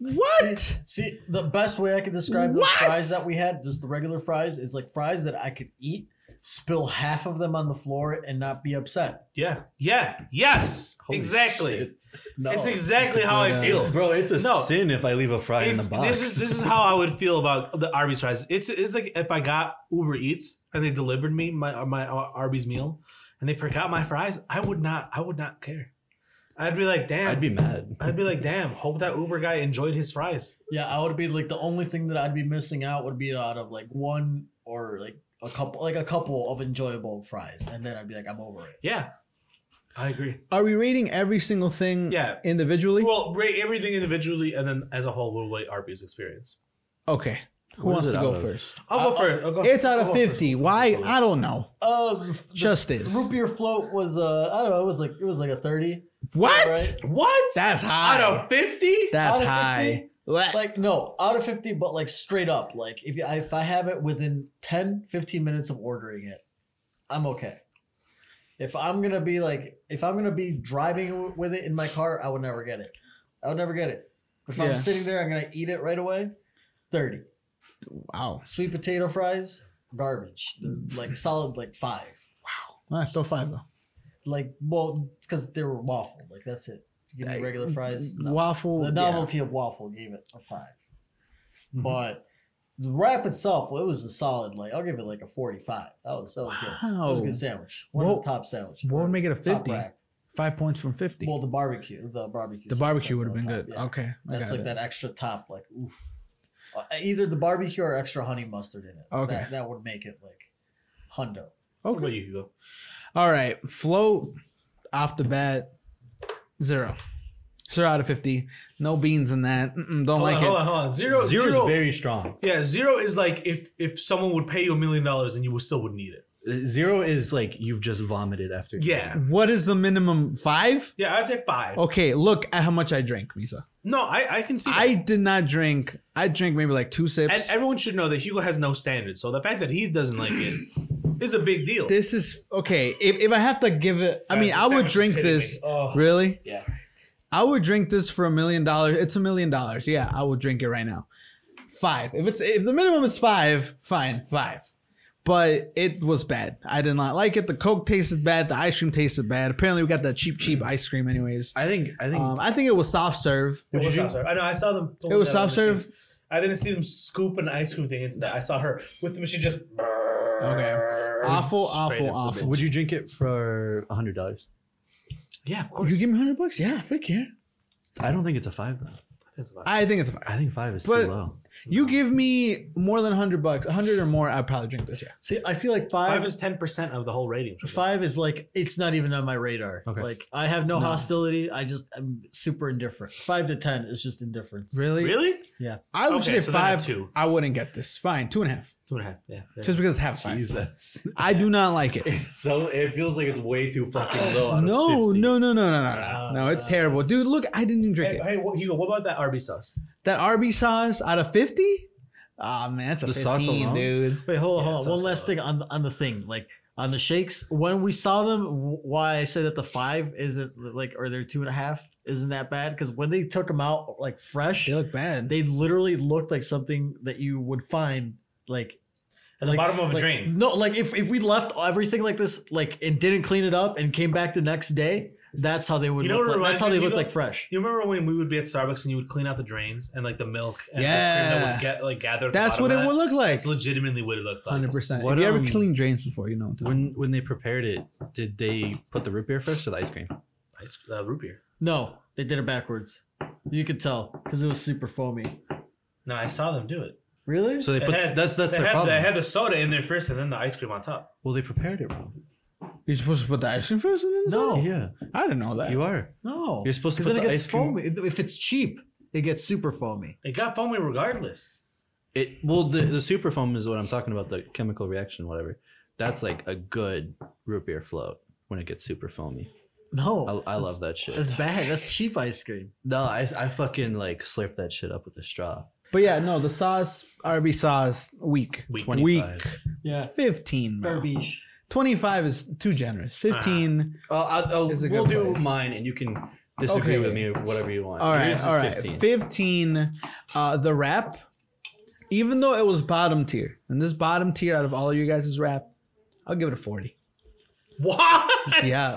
Speaker 2: What?
Speaker 4: See, the best way I could describe
Speaker 2: What?
Speaker 4: the fries that we had, just the regular fries, is like fries that I could eat, spill half of them on the floor, and not be upset.
Speaker 5: Yeah. Yeah. Yes.
Speaker 3: Holy
Speaker 5: exactly.
Speaker 3: shit. No.
Speaker 5: It's exactly how
Speaker 2: Yeah.
Speaker 5: I feel.
Speaker 3: Bro, it's a
Speaker 5: No.
Speaker 3: sin if I leave a fry in the
Speaker 5: It's-
Speaker 3: box.
Speaker 5: This is this is how I would feel about the Arby's fries. It's it's like if I got Uber Eats and they delivered me my uh, my Arby's meal and they forgot my fries, I would not I would not care. I'd be like, damn.
Speaker 3: I'd be mad.
Speaker 5: I'd be like, damn. Hope that Uber guy enjoyed his fries.
Speaker 4: Yeah, I would be like the only thing that I'd be missing out would be out of like one or like a couple, like a couple of enjoyable fries, and then I'd be like, I'm over it.
Speaker 5: Yeah, I agree.
Speaker 2: Are we rating every single
Speaker 3: Hmm.
Speaker 2: thing
Speaker 5: Yeah.
Speaker 2: individually?
Speaker 5: Well, rate everything individually and then as a whole, we'll rate Arby's experience.
Speaker 2: okay. Who
Speaker 3: What
Speaker 2: wants
Speaker 3: is
Speaker 2: to
Speaker 3: it
Speaker 2: go
Speaker 3: out of?
Speaker 2: first?
Speaker 5: I'll go
Speaker 4: Uh,
Speaker 5: first. I'll go.
Speaker 2: It's out of
Speaker 5: I'll go first.
Speaker 2: 50. Why? I don't know.
Speaker 4: Uh, the- the-
Speaker 2: Just
Speaker 4: the
Speaker 2: is.
Speaker 4: root beer float was uh, I don't know, it was like it was like a thirty.
Speaker 2: What?
Speaker 4: Right?
Speaker 5: What?
Speaker 2: That's high.
Speaker 5: out of fifty.
Speaker 2: That's
Speaker 4: out of
Speaker 2: high.
Speaker 4: 50?
Speaker 2: Blech.
Speaker 4: Like no, out of fifty, but like straight up, like if you, if I have it within 10, 15 minutes of ordering it, I'm okay. If I'm gonna be like, if I'm gonna be driving w- with it in my car, I would never get it. I would never get it. If
Speaker 2: Yeah.
Speaker 4: I'm sitting there, I'm gonna eat it right away. Thirty
Speaker 2: wow.
Speaker 4: sweet potato fries, garbage. They're, like solid, like five.
Speaker 2: Well, still five though.
Speaker 4: Like well, because they were waffle. Like that's it. You give me regular fries. no.
Speaker 2: Waffle.
Speaker 4: The novelty of waffle gave it a 5
Speaker 2: Mm-hmm.
Speaker 4: but the wrap itself, well, it was a solid. Like I'll give it like a forty-five. That was that was good. That was a
Speaker 2: Wow.
Speaker 4: good sandwich. One of
Speaker 2: What-
Speaker 4: the top sandwich.
Speaker 2: What would make it a
Speaker 4: Top
Speaker 2: 50?
Speaker 4: rack.
Speaker 2: Five points from 50.
Speaker 4: Well, the barbecue, the barbecue.
Speaker 2: the
Speaker 4: sauce
Speaker 2: barbecue would
Speaker 4: that's
Speaker 2: have
Speaker 4: on
Speaker 2: been
Speaker 4: top,
Speaker 2: good.
Speaker 4: yeah.
Speaker 2: Okay. I
Speaker 4: that's
Speaker 2: got
Speaker 4: like
Speaker 2: it.
Speaker 4: that extra top. Like oof, Uh, either the barbecue or extra honey mustard in it.
Speaker 2: Okay.
Speaker 4: that, that would make it like hundo.
Speaker 5: What about
Speaker 2: Okay.
Speaker 5: you, Hugo?
Speaker 2: All right. Float off the bat, zero. Zero out of 50. No beans in that. Mm-mm, don't
Speaker 5: Hold
Speaker 2: like
Speaker 5: on,
Speaker 2: it.
Speaker 5: hold on, hold on. Zero,
Speaker 3: Zero is
Speaker 5: zero-
Speaker 3: very strong.
Speaker 5: Yeah, zero is like if if someone would pay you a million dollars and you would still would need it.
Speaker 3: Zero is like you've just vomited after.
Speaker 5: Yeah,
Speaker 2: What is the minimum? Five?
Speaker 5: yeah, I'd say five.
Speaker 2: Okay. Look at how much I drank, Misa.
Speaker 5: No, I I can see. That.
Speaker 2: I did not drink. I drank maybe like two sips.
Speaker 5: and everyone should know that Hugo has no standards, so the fact that he doesn't like it is a big deal.
Speaker 2: this is okay. If, if I have to give it, I
Speaker 5: Guys,
Speaker 2: mean,
Speaker 5: the
Speaker 2: I would
Speaker 5: sandwich is
Speaker 2: drink
Speaker 5: hitting me.
Speaker 2: this.
Speaker 5: Oh.
Speaker 2: Really?
Speaker 5: Yeah.
Speaker 2: I would drink this for a million dollars. It's a million dollars. Yeah, I would drink it right now. Five. If it's if the minimum is five, fine, five. But it was bad. I did not like it. The Coke tasted bad. The ice cream tasted bad. Apparently, we got that cheap, cheap ice cream, anyways.
Speaker 3: I think. I think.
Speaker 2: Um, I think it was soft serve.
Speaker 5: It was
Speaker 3: you-
Speaker 5: soft serve. I know. I saw them.
Speaker 2: It was
Speaker 5: that on
Speaker 2: soft
Speaker 5: the
Speaker 2: serve.
Speaker 5: machine. I didn't see them scoop an ice cream thing into that. I saw her with the machine just.
Speaker 2: Okay. Awful, awful, awful.
Speaker 3: would you drink it for a hundred dollars?
Speaker 5: Yeah, of course.
Speaker 2: You give me hundred bucks? Yeah, freak yeah.
Speaker 3: I don't think it's a five though.
Speaker 5: That's fine.
Speaker 2: I think it's fine.
Speaker 3: I think five is
Speaker 2: But-
Speaker 3: too low.
Speaker 2: You give me more than hundred bucks, hundred or more, I'd probably drink this. Yeah.
Speaker 4: See, I feel like five,
Speaker 5: Five is ten percent of the whole rating.
Speaker 4: five is like it's not even on my radar.
Speaker 3: Okay.
Speaker 4: Like I have no,
Speaker 2: No.
Speaker 4: hostility. I just I'm super indifferent. Five to ten is just indifference.
Speaker 2: Really?
Speaker 5: Really?
Speaker 2: I would
Speaker 5: Okay,
Speaker 2: say
Speaker 5: so then a
Speaker 2: five.
Speaker 5: two.
Speaker 2: I wouldn't get this. Fine, two and a half.
Speaker 5: Two and a half. Yeah. yeah.
Speaker 2: Just because it's half five.
Speaker 3: Jesus.
Speaker 2: I do not like it.
Speaker 3: It's so it feels like it's way too fucking low.
Speaker 2: No,
Speaker 3: Out
Speaker 2: no,
Speaker 3: of 50.
Speaker 2: no, no, no, no, no. No, it's terrible. Dude, look, I didn't even drink
Speaker 5: Hey,
Speaker 2: it.
Speaker 5: hey, what- Hugo, what about that Arby's sauce?
Speaker 2: That RB sauce out of 50? Ah, man, that's a
Speaker 3: The
Speaker 2: 15,
Speaker 3: sauce alone?
Speaker 2: dude.
Speaker 4: Wait, hold on,
Speaker 5: Yeah,
Speaker 4: hold
Speaker 5: it's
Speaker 4: on. One
Speaker 5: also
Speaker 4: last
Speaker 5: a-
Speaker 4: thing on on the thing, like on the shakes. When we saw them, wh- why I said that the five isn't like, or their two and a half isn't that bad? Because when they took them out like fresh,
Speaker 2: They look bad.
Speaker 4: they literally looked like something that you would find like
Speaker 5: At
Speaker 4: Like-
Speaker 5: the bottom of a
Speaker 4: like,
Speaker 5: drain.
Speaker 4: No, like if if we left everything like this, like and didn't clean it up and came back the next day, that's how they would.
Speaker 5: You know
Speaker 4: look
Speaker 5: what
Speaker 4: like, that's
Speaker 5: reminds
Speaker 4: how
Speaker 5: me?
Speaker 4: they
Speaker 5: You
Speaker 4: look
Speaker 5: know-
Speaker 4: like fresh.
Speaker 5: You remember when we would be at Starbucks and you would clean out the drains and like the milk and the cream that
Speaker 2: Yeah.
Speaker 5: would get like gathered. at the
Speaker 2: that's
Speaker 5: bottom
Speaker 2: what
Speaker 5: of
Speaker 2: it
Speaker 5: that?
Speaker 2: would look like.
Speaker 5: That's legitimately what it looked like.
Speaker 2: 100%.
Speaker 3: What,
Speaker 2: Have you ever
Speaker 3: um,
Speaker 2: cleaned drains before? You know what I'm talking
Speaker 3: When when they prepared it, did they put the root beer first or the ice cream?
Speaker 5: Ice, uh, root beer.
Speaker 4: No, they did it backwards. You could tell because it was super foamy.
Speaker 5: No, I saw them do it.
Speaker 4: Really?
Speaker 3: So they
Speaker 5: They
Speaker 3: put
Speaker 5: had-
Speaker 3: that's that's
Speaker 5: They
Speaker 3: their
Speaker 5: had,
Speaker 3: problem.
Speaker 5: they had the soda in there first and then the ice cream on top.
Speaker 3: well, they prepared it wrong.
Speaker 2: about. You're supposed to put the ice cream frozen in?
Speaker 4: No,
Speaker 3: Yeah,
Speaker 2: I didn't know that.
Speaker 3: you are.
Speaker 4: no.
Speaker 3: You're supposed to
Speaker 4: 'Cause
Speaker 3: put
Speaker 4: then it
Speaker 3: the
Speaker 4: gets
Speaker 3: ice cream-
Speaker 4: foamy. If it's cheap, it gets super foamy.
Speaker 5: It got foamy regardless.
Speaker 3: It well, the the super foam is what I'm talking about. The chemical reaction, whatever. That's like a good root beer float when it gets super foamy.
Speaker 4: No,
Speaker 3: I, I
Speaker 4: that's-
Speaker 3: love that shit.
Speaker 4: That's bad. That's cheap ice cream.
Speaker 3: No, I, I fucking like slurp that shit up with a straw.
Speaker 2: But yeah, no, the sauce, RB sauce, weak.
Speaker 5: Weak.
Speaker 2: Weak.
Speaker 3: 25.
Speaker 4: Yeah,
Speaker 2: 15. bro. 25 is too generous. 15.
Speaker 3: Well, I'll, I'll-
Speaker 2: It's a
Speaker 3: Uh, we'll
Speaker 2: good
Speaker 3: do
Speaker 2: place.
Speaker 3: mine, and you can disagree
Speaker 2: Okay.
Speaker 3: with me or whatever you want.
Speaker 2: all
Speaker 3: Yours
Speaker 2: right,
Speaker 3: is
Speaker 2: all right. 15.
Speaker 3: 15.
Speaker 2: uh, the wrap, even though it was bottom tier, and this bottom tier out of all of you guys' wrap, I'll give it a 40.
Speaker 5: What?
Speaker 2: Yeah.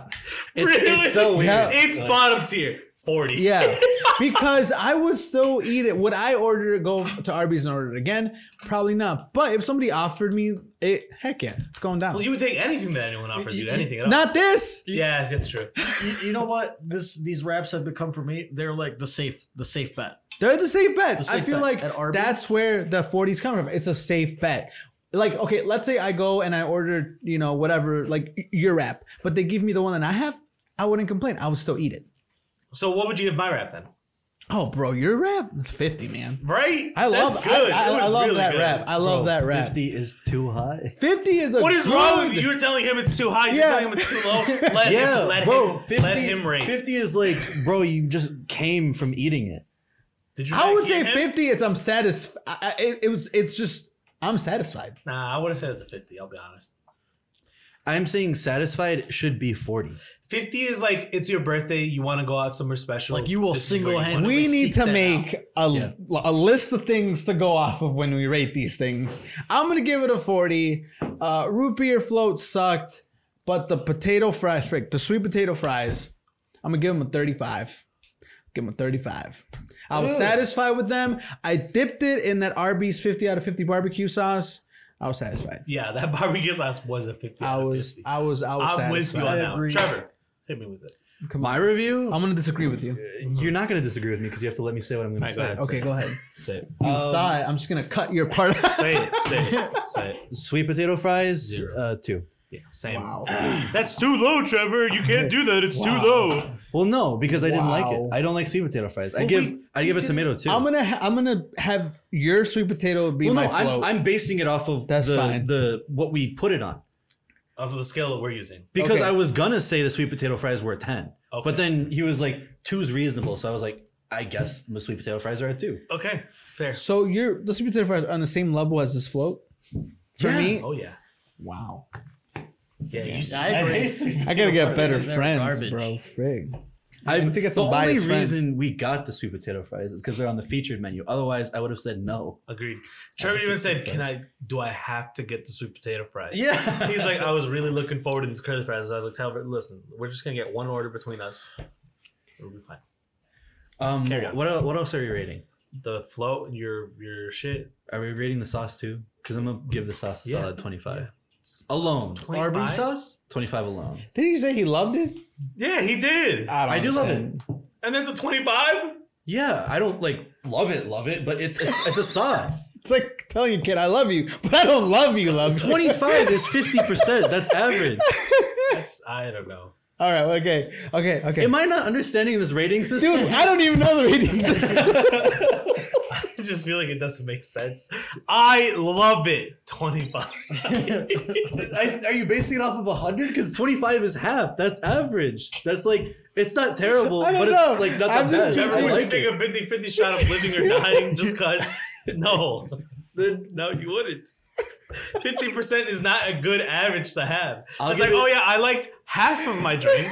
Speaker 3: It's,
Speaker 5: Really?
Speaker 3: it's so weird.
Speaker 2: Yeah.
Speaker 5: It's
Speaker 3: Like,
Speaker 5: bottom tier. 40.
Speaker 2: Yeah, because I would still eat it. Would I order it, go to Arby's and order it again? Probably not. But if somebody offered me it, heck yeah, it's going down.
Speaker 5: Well, you would take anything that anyone offers you,
Speaker 4: you-
Speaker 5: anything at all.
Speaker 2: not this.
Speaker 5: yeah, that's true.
Speaker 4: You, you know what? This these wraps have become for me. They're like the safe the safe bet.
Speaker 2: They're the safe bet.
Speaker 4: The
Speaker 2: I
Speaker 4: safe
Speaker 2: feel
Speaker 4: bet at
Speaker 2: like
Speaker 4: Arby's?
Speaker 2: that's where the 40s come from. It's a safe bet. Like, okay, let's say I go and I order, you know, whatever, like y- your wrap, but they give me the one that I have, I wouldn't complain. I would still eat it.
Speaker 5: So what would you give my rap then?
Speaker 2: Oh, bro, your wrap is 50, man.
Speaker 5: Right?
Speaker 2: I love,
Speaker 5: That's
Speaker 2: I,
Speaker 5: good.
Speaker 2: I-
Speaker 5: It was
Speaker 2: I love
Speaker 5: really
Speaker 2: that
Speaker 5: good.
Speaker 2: wrap. I love
Speaker 3: bro,
Speaker 2: that wrap. 50.
Speaker 3: 50 is too high.
Speaker 2: is a
Speaker 5: What is wrong with
Speaker 2: good-
Speaker 5: you? You're telling him it's too high. You're
Speaker 2: Yeah.
Speaker 5: telling him it's too low. Let him, let him, let him reign.
Speaker 3: 50 is like, bro, you just came from eating it.
Speaker 5: Did you?
Speaker 2: I
Speaker 5: not
Speaker 2: would say
Speaker 5: hear him?
Speaker 2: 50. It's I'm satisfied. It, it was. It's just I'm satisfied.
Speaker 5: Nah, I would have said it's a 50. I'll be honest.
Speaker 3: I'm saying satisfied should be 40.
Speaker 5: 50 is like it's your birthday. You want to go out somewhere special.
Speaker 4: Like, you will
Speaker 5: This is where you
Speaker 4: single-handedly
Speaker 5: wanna-
Speaker 4: Why don't
Speaker 2: We
Speaker 4: we
Speaker 2: need
Speaker 4: seek
Speaker 2: to
Speaker 4: that
Speaker 2: make a,
Speaker 4: Yeah.
Speaker 2: a list of things to go off of when we rate these things. I'm gonna give it a 40. Uh, root beer float sucked, but the potato fries, frick, the sweet potato fries, I'm gonna give them a 35. Give them a 35. I was satisfied with them. I dipped it in that Arby's 50 out of 50 barbecue sauce. I was satisfied.
Speaker 5: Yeah, that barbecue sauce was a 50.
Speaker 2: I was, I was, I was
Speaker 5: am with you
Speaker 2: satisfied.
Speaker 5: on
Speaker 4: I
Speaker 5: that. one.
Speaker 4: agree.
Speaker 5: Trevor, hit me with it.
Speaker 3: My review?
Speaker 2: I'm gonna disagree with you.
Speaker 3: you're not going to disagree with me because you have to let me say what I'm going
Speaker 5: All
Speaker 3: to
Speaker 5: right, go
Speaker 3: say.
Speaker 5: ahead.
Speaker 2: Okay, go ahead.
Speaker 5: Say it.
Speaker 2: You
Speaker 3: Um,
Speaker 2: thought I'm just gonna cut your part.
Speaker 5: Say it. Say it. Say it.
Speaker 3: Sweet potato fries,
Speaker 5: Zero.
Speaker 3: Uh, two.
Speaker 5: Yeah, same.
Speaker 2: wow.
Speaker 5: That's too low, Trevor. You can't do that. It's
Speaker 2: Wow.
Speaker 5: too low.
Speaker 3: Well, no, because I didn't like it.
Speaker 2: Wow.
Speaker 3: I don't like sweet potato fries. I
Speaker 5: Well,
Speaker 3: give
Speaker 5: we-
Speaker 3: I
Speaker 5: we
Speaker 3: give it
Speaker 5: did-
Speaker 3: tomato two.
Speaker 2: I'm gonna ha- I'm gonna have your sweet potato be
Speaker 3: well,
Speaker 2: my
Speaker 3: no, I'm,
Speaker 2: float.
Speaker 3: I'm basing it off of
Speaker 2: That's
Speaker 3: the,
Speaker 2: fine.
Speaker 3: the what we put it on.
Speaker 5: Of the scale that we're using.
Speaker 3: Because
Speaker 2: Okay.
Speaker 3: I was gonna say the sweet potato fries were a ten,
Speaker 5: Okay.
Speaker 3: but then he was like two's reasonable, so I was like, I guess the sweet potato fries are a two.
Speaker 5: Okay, fair.
Speaker 2: so your the sweet potato fries are on the same level as this float. For
Speaker 3: Yeah.
Speaker 2: me,
Speaker 5: Oh yeah.
Speaker 2: wow.
Speaker 5: Yeah, you
Speaker 4: I agree.
Speaker 2: I gotta get better
Speaker 4: They're
Speaker 2: friends,
Speaker 4: garbage.
Speaker 2: bro. Frig.
Speaker 3: I,
Speaker 2: think it's
Speaker 3: the
Speaker 2: a
Speaker 3: only
Speaker 2: biased friend.
Speaker 3: reason we got the sweet potato fries is because they're on the featured menu. Otherwise, I would have said no.
Speaker 5: agreed. Trevor even said, "Can I? Do I have to get the sweet potato fries?"
Speaker 3: Yeah,
Speaker 5: He's like, I was really looking forward to these curly fries. I was like, Talbot, listen, we're just gonna get one order between us. It'll be fine.
Speaker 3: um,
Speaker 5: Carry on.
Speaker 3: what el- what else are you rating?
Speaker 5: The float, your your shit.
Speaker 3: Are we rating the sauce too? Because I'm gonna give the sauce a
Speaker 5: Yeah.
Speaker 3: solid twenty five alone,
Speaker 5: 25?
Speaker 4: Arby's sauce.
Speaker 3: twenty five alone.
Speaker 2: Did he say he loved it?
Speaker 5: Yeah, he did.
Speaker 2: I,
Speaker 3: I do love
Speaker 2: it.
Speaker 5: And that's a twenty-five.
Speaker 3: Yeah, I don't like love it, love it, but it's it's, it's a sauce.
Speaker 2: It's like telling your kid I love you, but I don't love you. Love you.
Speaker 3: Twenty five is fifty percent. That's average.
Speaker 5: That's I don't know.
Speaker 2: All right. Okay. Okay. Okay.
Speaker 3: Am I not understanding this rating system?
Speaker 2: Dude, I don't even know the rating system.
Speaker 5: I just feel like it doesn't make sense. I love it. Twenty-five.
Speaker 3: I, are you basing it off of 100? Because 25 is half. That's average. That's like, it's not terrible,
Speaker 2: I don't
Speaker 3: but
Speaker 2: know.
Speaker 3: it's like not
Speaker 2: I'm
Speaker 3: that
Speaker 2: just
Speaker 3: bad.
Speaker 2: giving
Speaker 3: I
Speaker 5: Never would you
Speaker 3: like
Speaker 5: take
Speaker 3: it.
Speaker 5: a 50-50 shot of living or dying just cause. No,
Speaker 3: Then-
Speaker 5: no, you wouldn't. Fifty percent is not a good average to have.
Speaker 3: I'll
Speaker 5: it's
Speaker 3: give
Speaker 5: like,
Speaker 3: it-
Speaker 5: oh yeah, I liked half of my drink.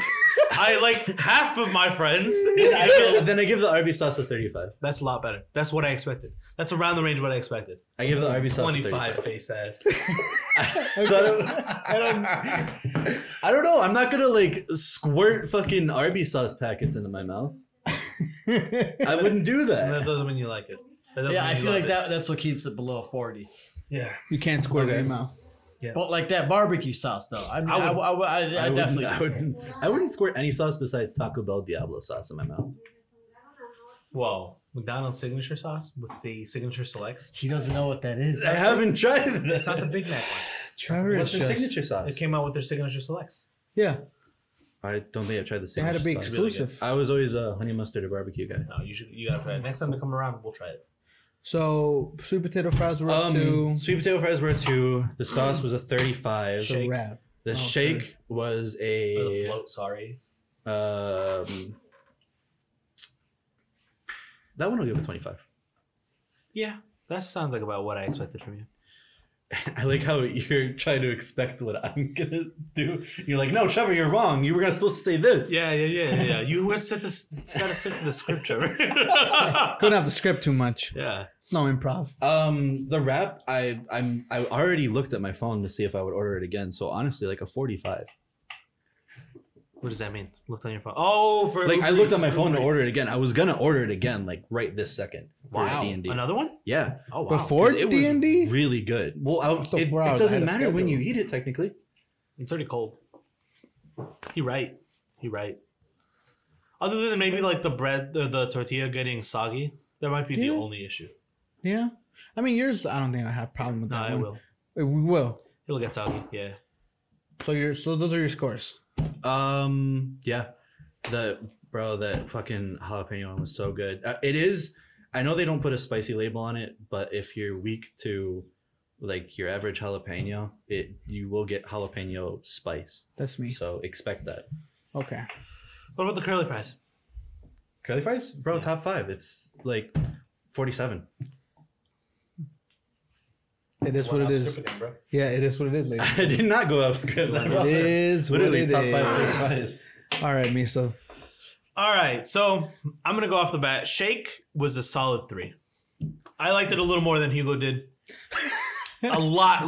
Speaker 5: I liked half of my friends.
Speaker 3: then, I give, then I give the Arby sauce a 35.
Speaker 5: That's a lot better. That's what I expected. That's around the range of what I expected.
Speaker 3: I give the Arby sauce a 35.
Speaker 5: 25 face ass.
Speaker 3: I don't, I don't know. I'm not going to like squirt fucking Arby sauce packets into my mouth. I wouldn't do
Speaker 5: And that
Speaker 3: that.
Speaker 5: doesn't mean you like it. That doesn't
Speaker 4: Yeah,
Speaker 5: mean
Speaker 4: I
Speaker 5: you
Speaker 4: feel
Speaker 5: love
Speaker 4: like
Speaker 5: it.
Speaker 4: that. That's what keeps it below forty.
Speaker 5: Yeah.
Speaker 2: you can't squirt it in your mouth.
Speaker 4: But like that barbecue sauce though. I mean, I,
Speaker 5: would-
Speaker 4: I, I- I
Speaker 3: I,
Speaker 4: definitely.
Speaker 3: wouldn't, I, wouldn't, I wouldn't squirt any sauce besides Taco Bell Diablo sauce in my mouth.
Speaker 5: Whoa. McDonald's signature sauce with the signature selects.
Speaker 4: he doesn't know what that is.
Speaker 3: I haven't tried that.
Speaker 5: It's not the Big Mac
Speaker 2: Trevor
Speaker 3: What's
Speaker 2: is
Speaker 3: their
Speaker 2: just-
Speaker 3: signature
Speaker 5: one.
Speaker 3: sauce?
Speaker 5: It came out with their signature selects.
Speaker 2: Yeah,
Speaker 3: I don't think I've tried the
Speaker 2: they
Speaker 3: same.
Speaker 2: had to be
Speaker 5: really good.
Speaker 2: exclusive.
Speaker 3: I was always a honey mustard or barbecue guy.
Speaker 5: No, you should. You gotta try it. Next time they come around, we'll try it.
Speaker 2: So sweet potato fries were up
Speaker 3: Um,
Speaker 2: to
Speaker 3: sweet potato fries were a two. The sauce was a thirty-five.
Speaker 2: the wrap.
Speaker 3: The
Speaker 2: Oh,
Speaker 3: shake was
Speaker 5: Or the
Speaker 3: a
Speaker 5: float. Sorry.
Speaker 3: um. That one will give a twenty-five.
Speaker 5: Yeah, that sounds like about what I expected from you.
Speaker 3: I like how you're trying to expect what I'm gonna do. You're like, no, Trevor, you're wrong. You were gonna supposed to say this.
Speaker 5: Yeah, yeah, yeah, yeah. You were set to gotta stick to the script, Trevor.
Speaker 2: Couldn't have to script too much.
Speaker 5: yeah.
Speaker 2: It's no improv.
Speaker 3: Um, the wrap, I I'm I already looked at my phone to see if I would order it again. So honestly, like a 45.
Speaker 5: What does that mean? Looked on your phone. Oh, for
Speaker 3: Like
Speaker 5: Uber
Speaker 3: I looked
Speaker 5: Eats,
Speaker 3: at my
Speaker 5: Uber
Speaker 3: phone to
Speaker 5: Eats.
Speaker 3: order it again. I was gonna order it again, like right this second. for
Speaker 5: Wow,
Speaker 3: D&D.
Speaker 5: another one?
Speaker 3: Yeah,
Speaker 5: Oh wow.
Speaker 2: Before
Speaker 3: 'cause it was
Speaker 2: D and D,
Speaker 3: really good. Well, I,
Speaker 2: So
Speaker 3: it,
Speaker 2: four
Speaker 3: it
Speaker 2: hours ahead
Speaker 3: doesn't
Speaker 2: of
Speaker 3: matter when you eat
Speaker 2: schedule.
Speaker 3: it technically.
Speaker 5: it's already cold. He right. He right. Other than maybe like the bread or the tortilla getting soggy, that might be the
Speaker 2: Yeah.
Speaker 5: only issue.
Speaker 2: yeah. I mean, yours. I don't think I have a problem with
Speaker 5: No,
Speaker 2: that
Speaker 5: it
Speaker 2: one.
Speaker 5: will.
Speaker 2: Uh, We will.
Speaker 5: It'll get soggy. Yeah.
Speaker 2: So your so those are your scores.
Speaker 3: Um, yeah, the bro, that fucking jalapeno one was so good. Uh, it is. I know they don't put a spicy label on it, but if you're weak to like your average jalapeno, it you will get jalapeno spice.
Speaker 2: That's me.
Speaker 3: So expect that.
Speaker 2: Okay.
Speaker 5: What about the curly fries?
Speaker 3: Curly fries, bro,
Speaker 5: Yeah.
Speaker 3: top five. It's like forty-seven.
Speaker 2: It is what it is. Yeah, it is what it is, ladies.
Speaker 3: I did not go up script. That
Speaker 2: It
Speaker 3: was
Speaker 2: is what
Speaker 3: Oh, literally
Speaker 2: it
Speaker 3: top five
Speaker 2: is.
Speaker 3: curly fries.
Speaker 2: All right, Misa.
Speaker 5: All right, so I'm gonna go off the bat. Shake was a solid three. I liked it a little more than Hugo did. a lot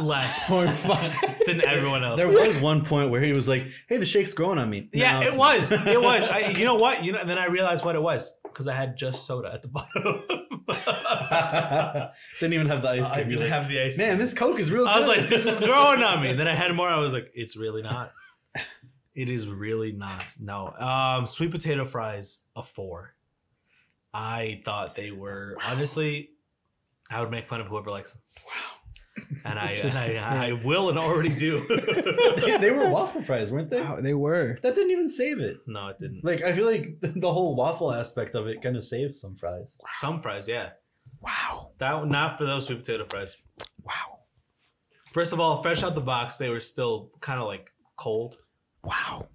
Speaker 5: less
Speaker 2: Point five.
Speaker 5: than everyone else.
Speaker 3: There was one point where he was like, "Hey, the shake's growing on me."
Speaker 5: yeah,
Speaker 3: No,
Speaker 5: it
Speaker 3: it's
Speaker 5: was.
Speaker 3: not.
Speaker 5: It was. I, you know what? You know, and then I realized what it was because I had just soda at the bottom. I
Speaker 3: didn't even have the ice cube. You're
Speaker 5: didn't
Speaker 3: like,
Speaker 5: have the ice.
Speaker 3: Man, this Coke is real.
Speaker 5: I was
Speaker 3: good."
Speaker 5: like, this is growing on me. Then I had more. I was like, it's really not. It is really not. No. Um, sweet potato fries, a four. I thought they were honestly, I would make fun of whoever likes them. Wow. And I
Speaker 2: Just-
Speaker 5: and I, I will and already do.
Speaker 3: they, they were waffle fries, weren't they?
Speaker 2: Wow, they were.
Speaker 3: That didn't even save it.
Speaker 5: no, it didn't.
Speaker 3: Like I feel like the whole waffle aspect of it kind of saved some fries.
Speaker 5: Some fries, yeah.
Speaker 2: Wow.
Speaker 5: That one- not for those sweet potato fries.
Speaker 2: Wow.
Speaker 5: First of all, fresh out the box, they were still kind of like cold.
Speaker 2: Wow.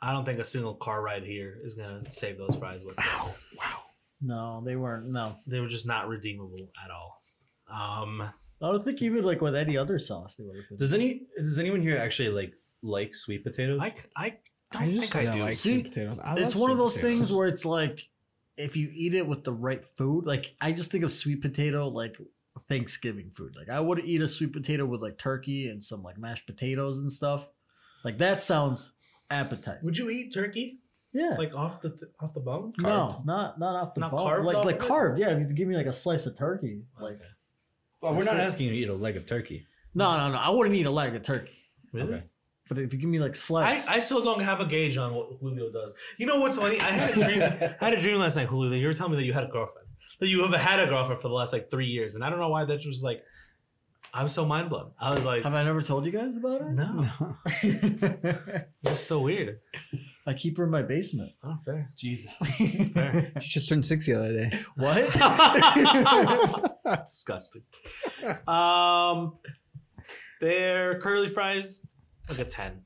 Speaker 5: I don't think a single car ride here is gonna save those fries whatsoever.
Speaker 2: Wow. Wow.
Speaker 4: No, they weren't. No,
Speaker 5: they were just not redeemable at all. Um,
Speaker 4: I don't think even like with any other sauce they would have been.
Speaker 3: Does any does anyone here actually like like sweet potatoes?
Speaker 5: I, c- I don't think I do.
Speaker 2: like
Speaker 4: See,
Speaker 2: sweet potatoes. I
Speaker 4: it's
Speaker 2: love
Speaker 4: one of
Speaker 2: sweet
Speaker 4: those
Speaker 2: potatoes.
Speaker 4: things where it's like if you eat it with the right food like i just think of sweet potato like thanksgiving food like i would eat a sweet potato with like turkey and some like mashed potatoes and stuff like that sounds appetizing
Speaker 5: Would you eat turkey
Speaker 4: yeah
Speaker 5: like off the th- off the bone?
Speaker 4: no not not off the
Speaker 5: Not
Speaker 4: bone
Speaker 5: carved
Speaker 4: like
Speaker 5: off
Speaker 4: like
Speaker 5: of it?
Speaker 4: carved yeah if you give me like a slice of turkey like
Speaker 5: Okay.
Speaker 3: well, we're
Speaker 4: That's
Speaker 3: not
Speaker 4: it.
Speaker 3: asking you to eat a leg of turkey.
Speaker 4: no no no i wouldn't eat a leg of turkey
Speaker 5: Really?
Speaker 3: Okay.
Speaker 4: but if you give me like
Speaker 5: I,
Speaker 4: slice
Speaker 5: I still don't have a gauge on what Julio does. You know what's funny? I had a dream. I had a dream last night, Julio. That you were telling me that you had a girlfriend. That you have had a girlfriend for the last like three years, and I don't know why. That was like, I was so mind blown. I was like,
Speaker 4: have i never told you guys about it
Speaker 5: no,
Speaker 2: No.
Speaker 5: it's so weird.
Speaker 4: i keep her in my basement
Speaker 5: Oh, fair.
Speaker 3: Jesus.
Speaker 5: Fair.
Speaker 2: She just turned six the other day.
Speaker 4: what
Speaker 5: Disgusting. Um, their curly fries, like a ten,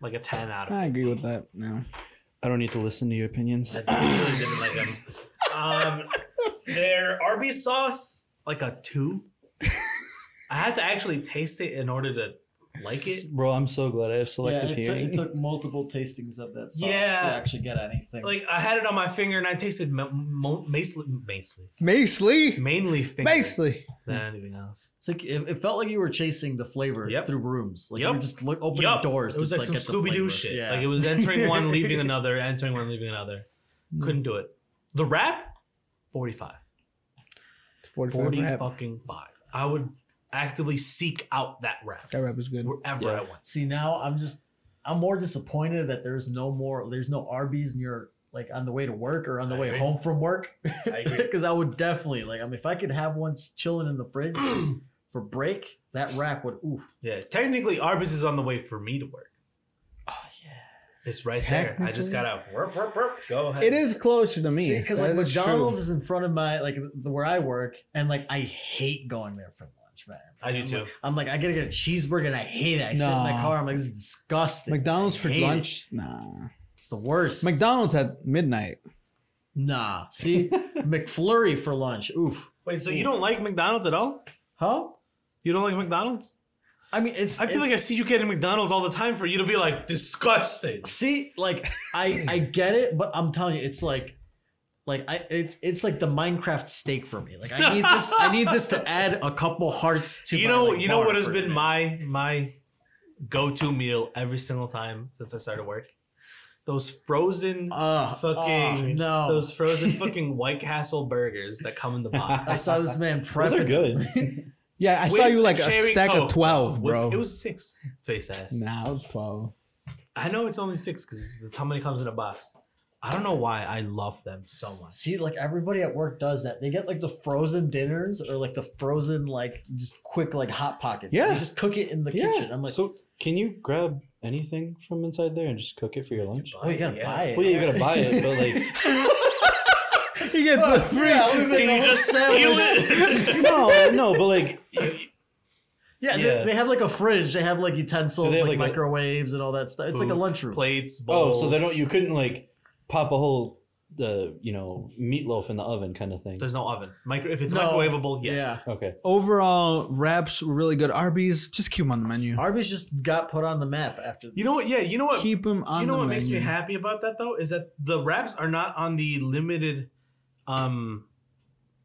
Speaker 5: like a ten out of.
Speaker 2: I agree with that now.
Speaker 3: I don't need to listen to your opinions.
Speaker 5: I really didn't like them. Um, their Arby's sauce, like a two. I had to actually taste it in order to like it.
Speaker 3: Bro, I'm so glad I have
Speaker 4: yeah, it took- it took multiple tastings of that sauce
Speaker 5: Yeah.
Speaker 4: to actually get anything.
Speaker 5: Like I had it on my finger and I tasted mo- mo- mostly, mostly,
Speaker 2: Mace Lee.
Speaker 5: mainly finger
Speaker 2: Mace Lee.
Speaker 5: than anything else.
Speaker 4: it's like it, it felt like you were chasing the flavor
Speaker 5: Yep.
Speaker 4: through rooms. Like
Speaker 5: Yep.
Speaker 4: you were just look, opening
Speaker 5: Yup.
Speaker 4: doors.
Speaker 5: It was
Speaker 4: to,
Speaker 5: like,
Speaker 4: get the
Speaker 5: some Scooby
Speaker 4: flavor.
Speaker 5: Doo shit.
Speaker 4: Yeah.
Speaker 5: Like it was entering one, leaving another, entering one, leaving another. Couldn't do it. The rap, 45.
Speaker 2: 45
Speaker 5: 40
Speaker 2: rap.
Speaker 5: fucking five. I would actively seek out that rap
Speaker 2: That rap was good.
Speaker 5: wherever
Speaker 3: Yeah.
Speaker 5: I went.
Speaker 4: See now I'm just I'm more disappointed that there's no more there's no Arby's near like on the way to work or on the
Speaker 5: I
Speaker 4: way
Speaker 5: agree.
Speaker 4: home from work.
Speaker 5: I agree.
Speaker 4: Because I would definitely like I mean if I could have one s- chilling in the fridge for break, that wrap would oof.
Speaker 5: Oh, yeah. Technically, Arby's is on the way for me to work. It's right there. I just
Speaker 2: Technically-
Speaker 5: gotta warp, warp, warp. go ahead.
Speaker 2: It is closer to me.
Speaker 4: because like
Speaker 2: That is true.
Speaker 4: McDonald's is in front of my like the, where I work, and like I hate going there for lunch, man.
Speaker 5: I do
Speaker 4: I'm
Speaker 5: too.
Speaker 4: Like, I'm like, I gotta get a cheeseburger, and I hate it. I sit in my
Speaker 2: No.
Speaker 4: car. I'm like, this is disgusting.
Speaker 2: McDonald's
Speaker 4: I
Speaker 2: for
Speaker 4: hate it.
Speaker 2: lunch? Nah.
Speaker 4: It's the worst.
Speaker 2: McDonald's at midnight.
Speaker 4: nah. See, McFlurry for lunch. Oof.
Speaker 5: Wait, so you don't like McDonald's at all?
Speaker 4: Huh?
Speaker 5: You don't like McDonald's?
Speaker 4: I mean, it's.
Speaker 5: I feel like I
Speaker 4: it's-
Speaker 5: see you getting McDonald's all the time for you to be like disgusting.
Speaker 4: see, like I I get it, but I'm telling you, it's like. Like I, it's it's like the Minecraft steak for me. Like I need this, I need this to add a couple hearts to.
Speaker 5: you
Speaker 4: my,
Speaker 5: know,
Speaker 4: like,
Speaker 5: you know
Speaker 4: bar
Speaker 5: what has
Speaker 4: for
Speaker 5: been
Speaker 4: today.
Speaker 5: my my go-to meal every single time since I started work? Those frozen
Speaker 2: oh,
Speaker 4: uh,
Speaker 5: fucking
Speaker 4: uh, no.
Speaker 5: those frozen fucking White Castle burgers that come in the
Speaker 4: I
Speaker 5: box.
Speaker 4: saw this man prepping.
Speaker 3: Those are good.
Speaker 2: Yeah, I saw
Speaker 5: With
Speaker 2: you like a
Speaker 5: cherry
Speaker 2: stack
Speaker 5: Coke,
Speaker 2: of 12,
Speaker 5: With-
Speaker 2: bro.
Speaker 5: It was six face ass.
Speaker 2: nah, it was 12.
Speaker 5: I know it's only six because that's how many comes in a box. I don't know why I love them so much.
Speaker 4: See, like everybody at work does that. They get like the frozen dinners or like the frozen like just quick like hot pockets.
Speaker 2: Yeah.
Speaker 4: they just cook it in the kitchen. I'm like,
Speaker 3: so can you grab anything from inside there and just cook it for your lunch?
Speaker 4: oh, you gotta
Speaker 5: Yeah.
Speaker 4: buy it.
Speaker 3: Well, yeah, you gotta buy it, but like,
Speaker 2: You get the free.
Speaker 4: Yeah, let me make
Speaker 5: Can
Speaker 4: a
Speaker 5: you
Speaker 4: whole
Speaker 5: just
Speaker 4: sandwich.
Speaker 5: steal it?
Speaker 3: no, no, but like, you- Yeah.
Speaker 4: Yeah, They, they have like a fridge. They have like utensils,
Speaker 3: Do they have,
Speaker 4: like,
Speaker 3: like, a-
Speaker 4: microwaves, and all that stuff. It's like
Speaker 5: Food
Speaker 4: a lunchroom.
Speaker 5: Plates,
Speaker 3: oh,
Speaker 5: bowls.
Speaker 3: so they don't. You couldn't like pop a whole the you know meatloaf in the oven kind of thing.
Speaker 5: There's no oven. Micro. If it's
Speaker 4: No.
Speaker 5: microwavable, yes.
Speaker 3: Okay,
Speaker 2: Overall, wraps were really good. Arby's, just keep them on the menu.
Speaker 4: Arby's just got put on the map after.
Speaker 5: You know what? Yeah. You know what?
Speaker 2: Keep them on
Speaker 5: you know
Speaker 2: the
Speaker 5: what
Speaker 2: menu.
Speaker 5: makes me happy about that though is that the wraps are not on the limited, um,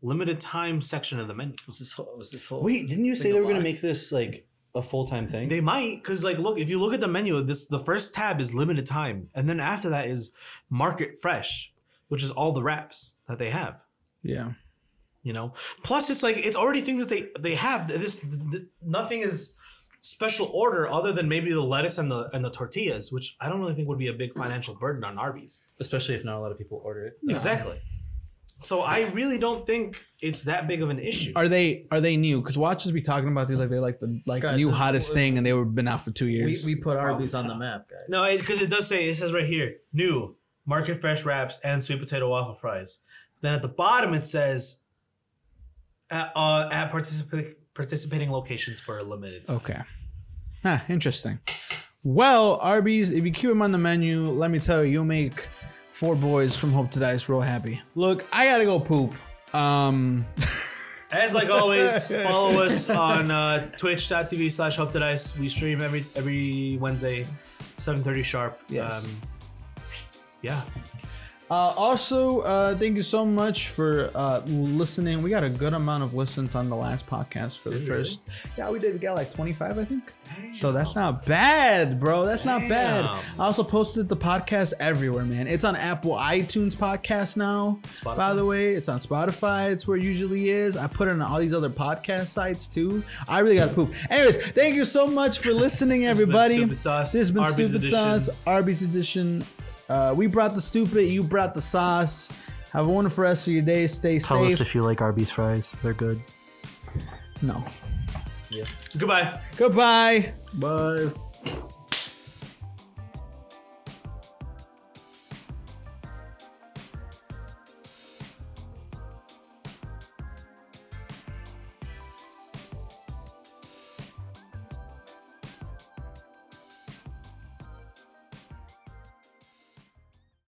Speaker 5: limited time section of the menu.
Speaker 4: was this whole? Was this whole?
Speaker 3: wait, didn't you say
Speaker 4: Think
Speaker 3: they
Speaker 4: a
Speaker 3: were gonna
Speaker 4: lot.
Speaker 3: make this like a full time thing?
Speaker 5: They might, cause like, look, if you look at the menu, this the first tab is limited time, and then after that is market fresh, which is all the wraps that they have.
Speaker 2: Yeah.
Speaker 5: You know, plus it's like it's already things that they they have. This th- th- nothing is special order other than maybe the lettuce and the and the tortillas, which I don't really think would be a big financial burden on Arby's.
Speaker 3: Especially if not a lot of people order it.
Speaker 5: Exactly. So I really don't think it's that big of an issue.
Speaker 2: Are they are they new? Because watchers be talking about these like they're like the like
Speaker 4: Guys,
Speaker 2: new
Speaker 4: this
Speaker 2: hottest
Speaker 4: was-
Speaker 2: thing, and they were been out for two
Speaker 4: we,
Speaker 2: years.
Speaker 4: we put Arby's on the map, guys.
Speaker 5: No, because it does say it says right here new market fresh wraps and sweet potato waffle fries. Then at the bottom it says at, uh, at participa- participating locations for a limited. time.
Speaker 2: okay. Huh, interesting. Well, Arby's, if you keep them on the menu, let me tell you, you'll make four boys from Hope to Dice real happy. Look, I gotta go poop. Um,
Speaker 5: As like always, follow us on uh, twitch.tv slash hope that ice. We stream every every Wednesday, seven thirty sharp. Um,
Speaker 2: Yes.
Speaker 5: yeah.
Speaker 2: Uh, also, uh, thank you so much for uh, listening. We got a good amount of listens on the last podcast for the first. Yeah, we did. We got like 25, I think. So that's not bad, bro. That's not bad.
Speaker 5: Damn.
Speaker 2: I also posted the podcast everywhere, man. It's on Apple iTunes podcast now.
Speaker 5: Spotify?
Speaker 2: By the way, it's on Spotify. It's where it usually is. I put it on all these other podcast sites too. I really got to poop. Anyways, thank you so much for listening,
Speaker 5: This has been
Speaker 2: everybody.
Speaker 5: Stupid Sauce,
Speaker 2: This has been
Speaker 5: Arby's
Speaker 2: Stupid
Speaker 5: Edition.
Speaker 2: Sauce, Arby's Edition. Uh, we brought the stupid, you brought the sauce. Have a wonderful rest of your day. Stay safe.
Speaker 4: you like Arby's fries. They're good.
Speaker 2: No.
Speaker 5: Goodbye.
Speaker 2: Goodbye.
Speaker 4: Bye.